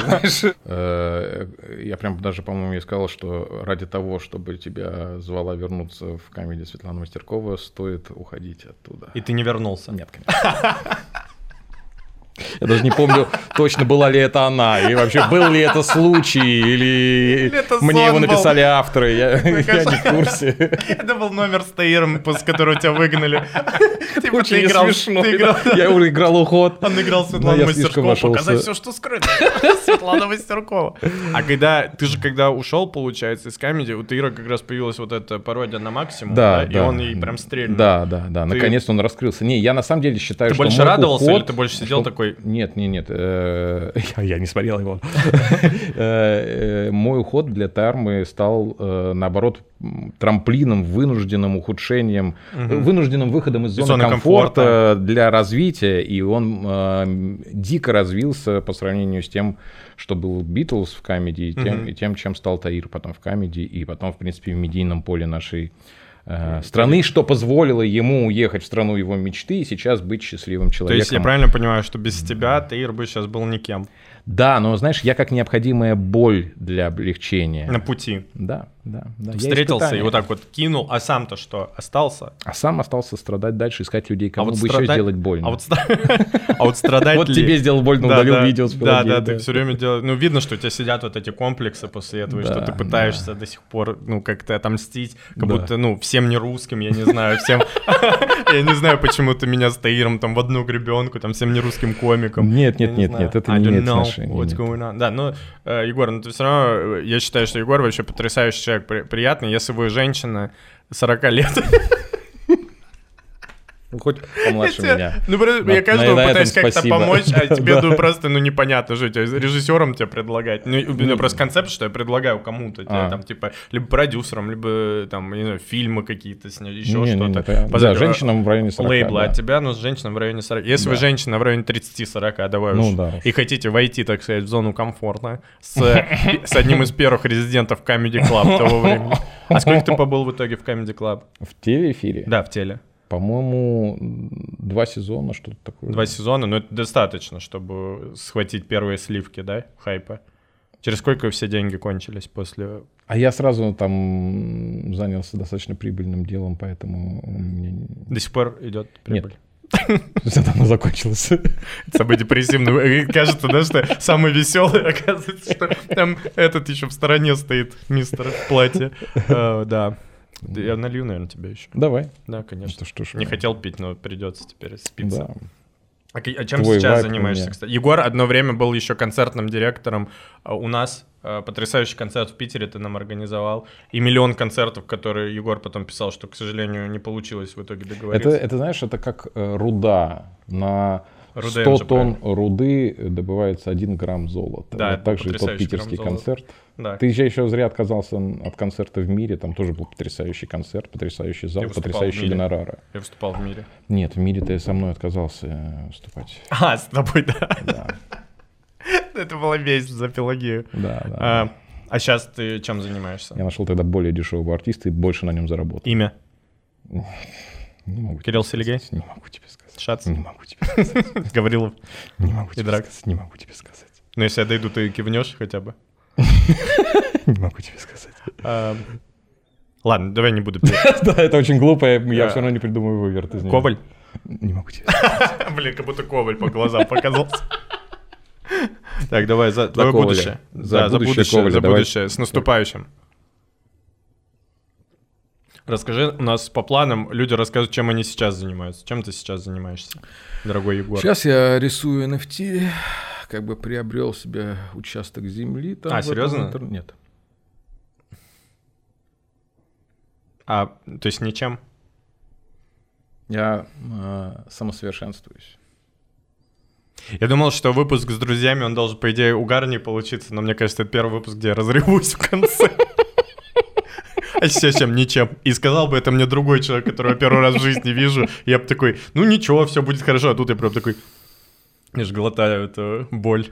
Speaker 7: знаешь. Э, Я прям даже, по-моему, ей сказал, что ради того, чтобы тебя звала вернуться в камеди Светлана Мастеркова, стоит уходить оттуда.
Speaker 3: И ты не вернулся.
Speaker 7: Нет, конечно. Я даже не помню точно, была ли это она, и вообще был ли это случай, или,
Speaker 3: это
Speaker 7: мне
Speaker 3: сон
Speaker 7: его
Speaker 3: был.
Speaker 7: написали авторы, я, я
Speaker 3: кажется.
Speaker 7: не в курсе.
Speaker 3: Это был номер с Таиром, после которого тебя выгнали. Типа,
Speaker 7: Очень
Speaker 3: ты играл,
Speaker 7: смешно.
Speaker 3: ты играл
Speaker 7: Я уже играл уход.
Speaker 3: Он играл
Speaker 7: Но
Speaker 3: Светлану
Speaker 7: я слишком
Speaker 3: Мастеркову, показать
Speaker 7: нашелся.
Speaker 3: все, что скрыто. Светлана Мастеркова. А когда, ты же когда ушел, получается, из камеди, у Тыра как раз появилась вот эта пародия на максимум,
Speaker 7: Да,
Speaker 3: и
Speaker 7: да.
Speaker 3: он ей прям стрельнул.
Speaker 7: Да, да, да. Наконец-то он раскрылся. Не, я на самом деле считаю,
Speaker 3: Ты
Speaker 7: что
Speaker 3: больше
Speaker 7: мой
Speaker 3: радовался
Speaker 7: уход-
Speaker 3: или ты больше сидел
Speaker 7: что-
Speaker 3: такой?
Speaker 7: Нет, нет, нет. э, Я я не смотрел его. Э, э, Мой уход для Тармы стал, э, наоборот, м, трамплином, вынужденным ухудшением, э, вынужденным выходом из зоны
Speaker 3: зоны
Speaker 7: комфорта для развития. И он э, м, дико развился по сравнению с тем, что был Битлз в камеди, и тем, и тем, чем стал Таир потом в камеди, и потом, в принципе, в медийном поле нашей э, страны, что позволило ему уехать в страну его мечты и сейчас быть счастливым
Speaker 3: То
Speaker 7: человеком.
Speaker 3: есть я правильно понимаю, что без тебя Таир бы сейчас был никем.
Speaker 7: Да, но знаешь, я как необходимая боль для облегчения.
Speaker 3: На пути.
Speaker 7: Да, да, да. Я
Speaker 3: Встретился и
Speaker 7: испытание.
Speaker 3: вот так вот кинул, а сам-то что, остался?
Speaker 7: А сам остался страдать дальше, искать людей,
Speaker 3: А
Speaker 7: кому
Speaker 3: вот
Speaker 7: бы еще
Speaker 3: страда-
Speaker 7: сделать больно.
Speaker 3: А вот, ста- а вот страдать
Speaker 7: Вот
Speaker 3: ли-
Speaker 7: тебе сделал больно,
Speaker 3: Да,
Speaker 7: удалил
Speaker 3: да.
Speaker 7: видео с
Speaker 3: Да, да,
Speaker 7: паладина,
Speaker 3: ты
Speaker 7: да.
Speaker 3: все время делаешь... Ну, видно, что у тебя сидят вот эти комплексы после этого, и что
Speaker 7: Да,
Speaker 3: ты пытаешься до сих пор, ну, как-то отомстить, как
Speaker 7: Да.
Speaker 3: будто, ну, всем не русским, я не знаю, всем... Я не знаю, почему ты меня с Таиром там в одну гребенку, там, всем не русским комиком.
Speaker 7: Нет,
Speaker 3: Я
Speaker 7: нет,
Speaker 3: не
Speaker 7: нет,
Speaker 3: знаю.
Speaker 7: нет, это
Speaker 3: I
Speaker 7: не
Speaker 3: don't
Speaker 7: имеет
Speaker 3: know
Speaker 7: отношения.
Speaker 3: what's
Speaker 7: нет.
Speaker 3: going on. Да, но, э, Егор, ну ты все равно, э, я считаю, что Егор вообще потрясающий человек, при- приятный, если вы женщина 40 лет.
Speaker 7: Ну, Хоть помладше
Speaker 3: Тебя-
Speaker 7: меня.
Speaker 3: Ну, просто
Speaker 7: На-
Speaker 3: я каждому
Speaker 7: на этом
Speaker 3: пытаюсь как-то
Speaker 7: спасибо.
Speaker 3: помочь, а
Speaker 7: Да,
Speaker 3: тебе
Speaker 7: да.
Speaker 3: ну, просто, ну, непонятно же, тебя режиссером тебе предлагать. Ну, и у меня просто концепт, что я предлагаю кому-то, тебе,
Speaker 7: А.
Speaker 3: там, типа, либо продюсером, либо, там, я не знаю, фильмы какие-то снять, еще
Speaker 7: Не, не, не,
Speaker 3: что-то.
Speaker 7: это-
Speaker 3: Позади,
Speaker 7: Да, женщинам в районе 40.
Speaker 3: Лейбла
Speaker 7: да.
Speaker 3: от тебя, ну, женщина в районе 40. Если вы женщина в районе 30-40, давай
Speaker 7: Ну
Speaker 3: уж,
Speaker 7: да уж.
Speaker 3: и хотите войти, так сказать, в зону комфорта с, с одним из первых резидентов Comedy Club того времени. А сколько ты побыл в итоге в Comedy Club?
Speaker 7: В телеэфире?
Speaker 3: Да, в теле.
Speaker 7: По-моему, м, два сезона, что-то такое.
Speaker 3: Два сезона, но это достаточно, чтобы схватить первые сливки, да, хайпа. Через сколько все деньги кончились после...
Speaker 7: А я сразу там м, занялся достаточно прибыльным делом, поэтому у меня не-
Speaker 3: До сих пор идет прибыль.
Speaker 7: оно закончилось.
Speaker 3: Самый депрессивный. И Кажется, да, что самый веселый, оказывается, что там этот еще в стороне стоит, мистер в платье. Э, Да. Да Я налью, наверное, тебе еще.
Speaker 7: Давай.
Speaker 3: Да, конечно.
Speaker 7: Ну, что ж
Speaker 3: Не
Speaker 7: вы.
Speaker 3: хотел пить, но придется теперь спиться.
Speaker 7: Да.
Speaker 3: А, к- а чем
Speaker 7: Твой
Speaker 3: сейчас
Speaker 7: вайб у
Speaker 3: занимаешься,
Speaker 7: меня.
Speaker 3: кстати? Егор одно время был еще концертным директором а, у нас. а, Потрясающий концерт в Питере ты нам организовал. И миллион концертов, которые Егор потом писал, что, к сожалению, не получилось в итоге
Speaker 7: Это,
Speaker 3: договориться.
Speaker 7: это, знаешь, это как э, руда. На
Speaker 3: Руда,
Speaker 7: 100
Speaker 3: я же
Speaker 7: тонн руды добывается 1 грамм золота.
Speaker 3: Да,
Speaker 7: Вот так же и тот
Speaker 3: потрясающий грамм
Speaker 7: питерский
Speaker 3: золота.
Speaker 7: концерт.
Speaker 3: Да.
Speaker 7: Ты же еще зря отказался н- от концерта в мире. Там тоже был потрясающий концерт, потрясающий зал,
Speaker 3: Ты выступал в
Speaker 7: потрясающие
Speaker 3: «Мире».
Speaker 7: гонорары.
Speaker 3: Я выступал в мире.
Speaker 7: Нет, в мире ты со мной отказался э, выступать.
Speaker 3: А, с тобой, да.
Speaker 7: Да,
Speaker 3: Это была месть за Пелагею.
Speaker 7: да, да.
Speaker 3: А а сейчас ты чем занимаешься?
Speaker 7: Я нашел тогда более дешевого артиста и больше на нем заработал.
Speaker 3: Имя?
Speaker 7: Не могу тебе
Speaker 3: Кирилл Селигей?
Speaker 7: сказать, Не могу тебе сказать.
Speaker 3: Шац?
Speaker 7: Не могу тебе сказать.
Speaker 3: Гаврилов?
Speaker 7: Не могу тебе
Speaker 3: Идрак?
Speaker 7: сказать. Не могу тебе сказать.
Speaker 3: Ну, если я дойду, ты кивнешь хотя бы.
Speaker 7: Не могу тебе сказать.
Speaker 3: А, Ладно, давай не буду. петь.
Speaker 7: Да, это очень глупо. я- Я
Speaker 3: Да.
Speaker 7: все равно не придумаю выверт из него.
Speaker 3: Коваль?
Speaker 7: Не могу тебе
Speaker 3: Блин, как будто коваль по глазам показался. Так, давай за твое
Speaker 7: Коваля.
Speaker 3: будущее.
Speaker 7: За
Speaker 3: Да,
Speaker 7: будущее Коваля,
Speaker 3: за
Speaker 7: давай.
Speaker 3: будущее. С наступающим. Расскажи, у нас по планам люди рассказывают, чем они сейчас занимаются. Чем ты сейчас занимаешься, дорогой Егор?
Speaker 8: Сейчас я рисую NFT, как бы приобрел себе участок земли. Там
Speaker 3: А,
Speaker 8: в этом
Speaker 3: серьезно?
Speaker 8: интер- Нет.
Speaker 3: А, то есть ничем?
Speaker 7: Я э, самосовершенствуюсь.
Speaker 3: Я думал, что выпуск с друзьями, он должен, по идее, угарнее получиться, но мне кажется, это первый выпуск, где я разревусь в конце. А сейчас чем? Ничем. И сказал бы это мне другой человек, которого я первый раз в жизни вижу. Я бы такой, ну ничего, все будет хорошо. А тут я прям такой, я же глотаю эту боль.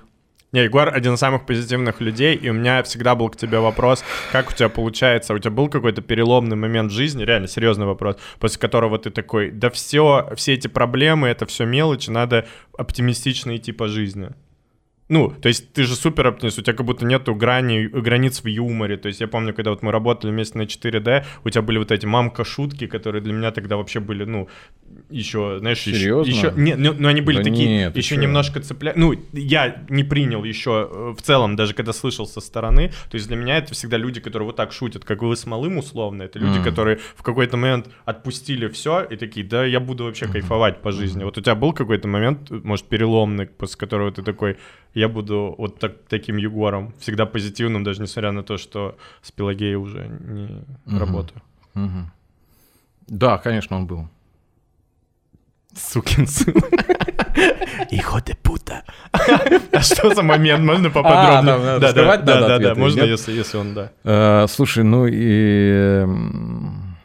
Speaker 3: Не, Егор один из самых позитивных людей, и у меня всегда был к тебе вопрос, как у тебя получается, у тебя был какой-то переломный момент в жизни, реально серьезный вопрос, после которого ты такой, да все, все эти проблемы, это все мелочи, надо оптимистично идти по жизни. Ну, то есть ты же супер оптимист, у тебя как будто нету грани, границ в юморе. То есть я помню, когда вот мы работали вместе на 4D, у тебя были вот эти мамка-шутки, которые для меня тогда вообще были, ну, еще, знаешь, еще-
Speaker 7: Серьезно?
Speaker 3: еще... Не, ну, ну, они были
Speaker 7: Да
Speaker 3: такие,
Speaker 7: нет, ты
Speaker 3: еще
Speaker 7: чё?
Speaker 3: немножко цепля... Ну, я не принял еще э, в целом, даже когда слышал со стороны. То есть для меня это всегда люди, которые вот так шутят, как вы с малым условно. Это люди,
Speaker 7: Мгм.
Speaker 3: которые в какой-то момент отпустили все и такие, да, я буду вообще кайфовать по жизни. Вот у тебя был какой-то момент, э, может, переломный, после которого ты такой, я буду вот так- таким Егором, всегда позитивным, даже несмотря на то, что с Пелагеей уже не работаю.
Speaker 7: Да, конечно, он был.
Speaker 3: Сукин сын. Ихо де пута. А что за момент? Можно поподробнее?
Speaker 7: там надо
Speaker 3: Да, да,
Speaker 7: скрывать
Speaker 3: да,
Speaker 7: надо
Speaker 3: да, да,
Speaker 7: ответы,
Speaker 3: можно,
Speaker 7: нет?
Speaker 3: если, если он, да.
Speaker 7: Э, Слушай, ну и... эм, м,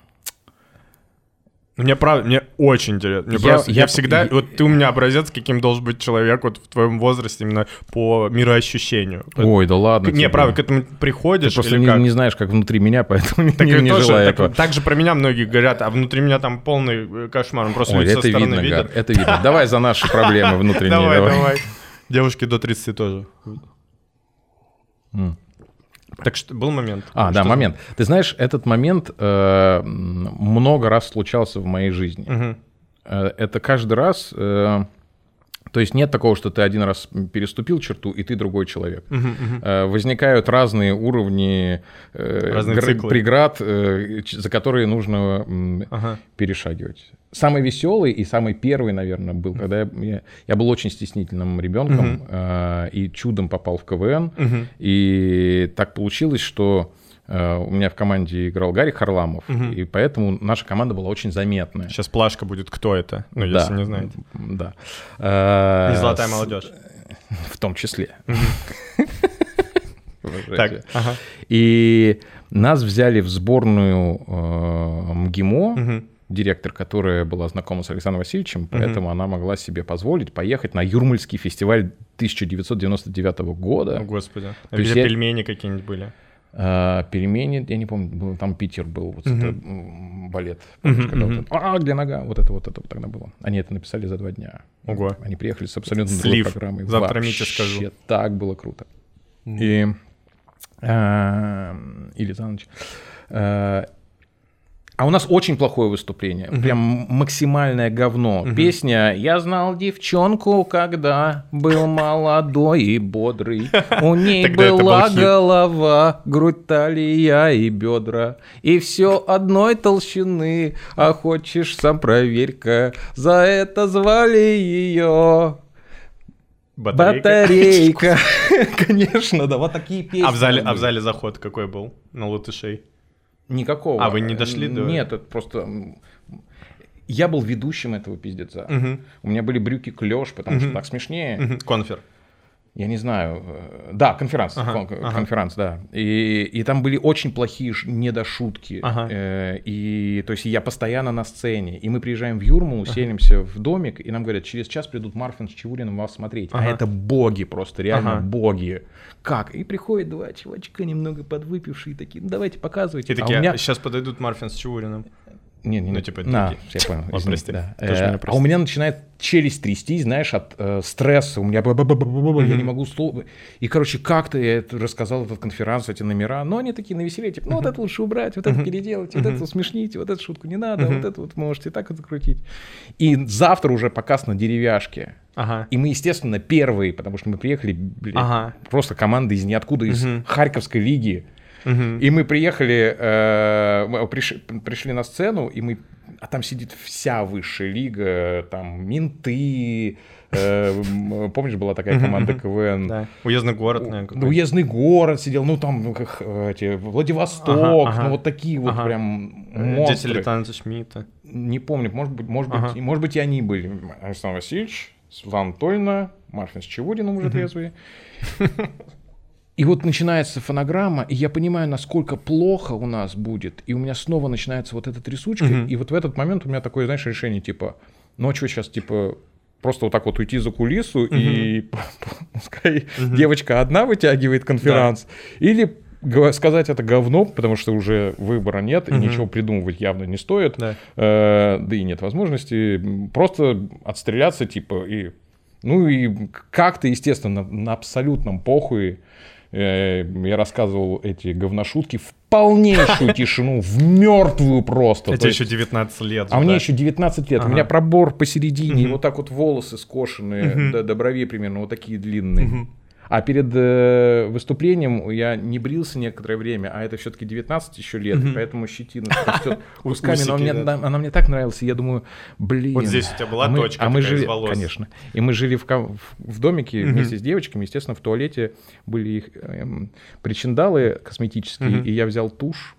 Speaker 3: Ну, Мне правда, мне очень интересно. Мне
Speaker 7: Я-
Speaker 3: просто- я,
Speaker 7: я-
Speaker 3: всегда,
Speaker 7: я-
Speaker 3: вот ты у меня образец, каким должен быть человек вот в твоем возрасте именно по мироощущению.
Speaker 7: Ой, да ладно.
Speaker 3: не,
Speaker 7: тебе.
Speaker 3: правда, к этому
Speaker 7: Ты
Speaker 3: приходишь
Speaker 7: просто
Speaker 3: или
Speaker 7: не,
Speaker 3: как?
Speaker 7: не знаешь, как внутри меня, поэтому
Speaker 3: Так
Speaker 7: не,
Speaker 3: и
Speaker 7: не
Speaker 3: тоже,
Speaker 7: желаю
Speaker 3: так-
Speaker 7: этого.
Speaker 3: так же про меня многие говорят, а внутри меня там полный э, кошмар. Ну, Просто
Speaker 7: Ой,
Speaker 3: люди со
Speaker 7: это
Speaker 3: стороны
Speaker 7: видно, Гар,
Speaker 3: видят.
Speaker 7: это видно. Давай за наши проблемы внутренние.
Speaker 3: Давай, давай. Девушки до 30 тоже. Так что был момент.
Speaker 7: А, да,
Speaker 3: Ну, Что-
Speaker 7: момент. Ты знаешь, этот момент э, м, много раз случался в моей жизни.
Speaker 3: Мгм.
Speaker 7: Э, Это каждый раз... э, то есть нет такого, что ты один раз переступил черту, и ты другой человек. Э, Возникают разные уровни э,
Speaker 3: Разные
Speaker 7: гр-
Speaker 3: циклы. А.
Speaker 7: преград, э, ч- за которые нужно м,
Speaker 3: Ага.
Speaker 7: перешагивать. Самый веселый и самый первый, наверное, был, когда я, я- я был очень стеснительным ребенком э, и чудом попал в КВН. И так получилось, что э, у меня в команде играл Гарри Харламов, и поэтому наша команда была очень заметная.
Speaker 3: Сейчас плашка будет, кто это, ну,
Speaker 7: Да.
Speaker 3: если не знаете.
Speaker 7: М, Да. Э,
Speaker 3: Не золотая
Speaker 7: с-
Speaker 3: молодежь.
Speaker 7: В том числе. Уважайте.
Speaker 3: Так, ага.
Speaker 7: И нас взяли в сборную э, МГИМО,
Speaker 3: Мгм.
Speaker 7: директор, которая была знакома с Александром Васильевичем, поэтому она могла себе позволить поехать на Юрмальский фестиваль 1999
Speaker 3: О,
Speaker 7: года.
Speaker 3: господи.
Speaker 7: То есть
Speaker 3: Или
Speaker 7: я-
Speaker 3: пельмени какие-нибудь были.
Speaker 7: Э, перемене, я не помню, был- там Питер был, вот это, м, балет. Помнишь, когда вот это, а, где нога? Вот это вот это вот тогда было. Они это написали за два дня.
Speaker 3: Ого.
Speaker 7: Они приехали с абсолютно
Speaker 3: Слив.
Speaker 7: другой программой.
Speaker 3: Завтра Мите скажу.
Speaker 7: Вообще так было круто. И... а, Или за ночь. А, а у нас очень плохое выступление. Прям максимальное говно. Песня «Я знал девчонку, когда был молодой и бодрый. У ней
Speaker 3: Тогда это был
Speaker 7: была
Speaker 3: хит.
Speaker 7: голова, грудь, талия и бедра. И все одной толщины. А хочешь, сам проверь-ка. За это звали ее
Speaker 3: Батарейка.
Speaker 7: Батарейка. Конечно, да. Вот такие песни.
Speaker 3: А в зале, а в
Speaker 7: были.
Speaker 3: зале заход какой был на латышей?
Speaker 7: Никакого.
Speaker 3: А, вы не дошли до-
Speaker 7: Нет, это просто... м, Я был ведущим этого пиздеца. У меня были брюки клеш, потому что так смешнее.
Speaker 3: Мгм. Конфер.
Speaker 7: Я не знаю. э, Да, конференц. кон- Конференц, да. И, и там были очень плохие ш- недошутки.
Speaker 3: Ага.
Speaker 7: Э, И, то есть я постоянно на сцене. И мы приезжаем в Юрму, селимся в домик, и нам говорят, через час придут Марфин с Чевуриным вас смотреть. А это боги просто, реально
Speaker 3: Ага.
Speaker 7: боги. Как? И приходят два чувачка, немного подвыпившие, такие, ну давайте, показывайте.
Speaker 3: И такие, «А сейчас подойдут Марфин с Чуриным.
Speaker 7: Не, не,
Speaker 3: Ну,
Speaker 7: не.
Speaker 3: типа,
Speaker 7: на,
Speaker 3: такие.
Speaker 7: я понял.
Speaker 3: Ладно,
Speaker 7: извини,
Speaker 3: прости.
Speaker 7: да.
Speaker 3: Тоже
Speaker 7: Э,
Speaker 3: меня
Speaker 7: а у
Speaker 3: прости.
Speaker 7: меня начинает челюсть трясти, знаешь, от э, стресса. У меня ба-ба-ба-ба-ба-ба, я не могу слов. И, короче, как-то я это рассказал этот конференц, эти номера. Но они такие навеселее, типа, ну вот это лучше убрать, вот это переделать, вот это смешните, вот эту шутку не надо, вот это вот можете так вот закрутить. И завтра уже показ на деревяшке.
Speaker 3: Ага.
Speaker 7: И мы, естественно, первые, потому что мы приехали, блин,
Speaker 3: Ага.
Speaker 7: просто команда из ниоткуда, из Харьковской лиги.
Speaker 3: Мгм.
Speaker 7: И мы приехали, э, мы приш- пришли на сцену, и мы, а там сидит вся высшая лига, там менты, э, м, помнишь, была такая команда КВН?
Speaker 3: Да. Уездный город, наверное,
Speaker 7: Ну,
Speaker 3: какой-то.
Speaker 7: уездный город сидел, ну там ну, как, э, эти, Владивосток,
Speaker 3: Ага, ага.
Speaker 7: ну вот такие вот
Speaker 3: Ага. Э,
Speaker 7: прям
Speaker 3: Дети
Speaker 7: монстры.
Speaker 3: лейтенанта Шмидта.
Speaker 7: Не помню, может быть, может
Speaker 3: Ага.
Speaker 7: быть, и- может быть, и они были. Александр Васильевич, Светлана Анатольевна, Марфин с Чевуриным уже трезвые. И вот начинается фонограмма, и я понимаю, насколько плохо у нас будет. И у меня снова начинается вот эта трясучка. И вот в этот момент у меня такое, знаешь, решение, типа, ну а что сейчас, типа, просто вот так вот уйти за кулису, и пускай девочка одна вытягивает конференц. Или г- сказать это говно, потому что уже выбора нет, и ничего придумывать явно не стоит.
Speaker 3: Да.
Speaker 7: Э, да и нет возможности. М, Просто отстреляться, типа, и... Ну и как-то, естественно, на, на абсолютном похуе э, я рассказывал эти говношутки в полнейшую тишину, в мертвую просто.
Speaker 3: А
Speaker 7: Ну, То
Speaker 3: тебе
Speaker 7: есть-
Speaker 3: еще 19 лет.
Speaker 7: а
Speaker 3: же,
Speaker 7: мне
Speaker 3: да?
Speaker 7: еще 19 лет. У меня пробор посередине, и вот так вот волосы скошенные, до, до бровей примерно, вот такие длинные. А перед э, выступлением я не брился некоторое время, а это все-таки 19 еще лет, и поэтому щетина растет кусками. но
Speaker 3: усики,
Speaker 7: мне-
Speaker 3: да.
Speaker 7: Она мне так нравилась, и я думаю, блин.
Speaker 3: Вот здесь у тебя была
Speaker 7: а мы-
Speaker 3: точка
Speaker 7: а мы
Speaker 3: такая из
Speaker 7: жили,
Speaker 3: волос.
Speaker 7: Конечно. И мы жили в, ко- в- в домике вместе с девочками. Естественно, в туалете были их эм, причиндалы косметические, и я взял тушь.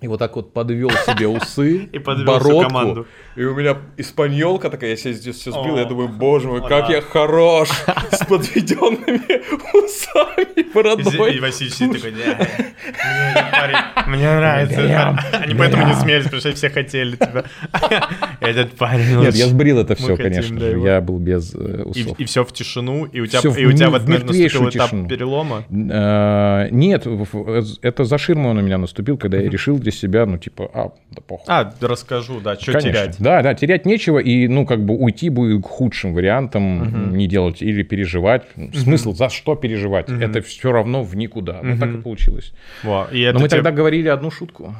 Speaker 7: И вот так вот подвел себе усы,
Speaker 3: И подвел всю
Speaker 7: бородку.
Speaker 3: команду.
Speaker 7: И у меня испаньолка такая, я себе здесь все сбил,
Speaker 3: О,
Speaker 7: я думаю, боже мой, как
Speaker 3: да.
Speaker 7: я хорош с подведенными усами и
Speaker 3: И Зе-
Speaker 7: бородой.
Speaker 3: И Васильевич сидит такой, «Не, мне этот парень- мне нравится. этот парень». Они поэтому не смеялись, потому что все хотели тебя. Этот парень
Speaker 7: Нет,
Speaker 3: лучше.
Speaker 7: я сбрил это
Speaker 3: Мы
Speaker 7: все,
Speaker 3: хотим,
Speaker 7: конечно
Speaker 3: да,
Speaker 7: же,
Speaker 3: его.
Speaker 7: я был без э, усов.
Speaker 3: И, все в тишину, и у тебя,
Speaker 7: Всё в
Speaker 3: и у тебя
Speaker 7: ми-
Speaker 3: в этот
Speaker 7: в
Speaker 3: момент наступил
Speaker 7: мертвейшую
Speaker 3: этап
Speaker 7: тишину.
Speaker 3: перелома.
Speaker 7: Э, Нет, в- в- это за ширмой он у меня наступил, когда я решил для из себя, ну, типа, а, да похуй.
Speaker 3: А, расскажу, да, что
Speaker 7: Конечно.
Speaker 3: терять.
Speaker 7: Да, да, терять нечего, и, ну, как бы уйти будет худшим вариантом не делать или переживать. Ну, Смысл, за что переживать? Это все равно в никуда. Ну, так и получилось.
Speaker 3: Во, и это
Speaker 7: Но мы
Speaker 3: те-
Speaker 7: тогда говорили одну шутку.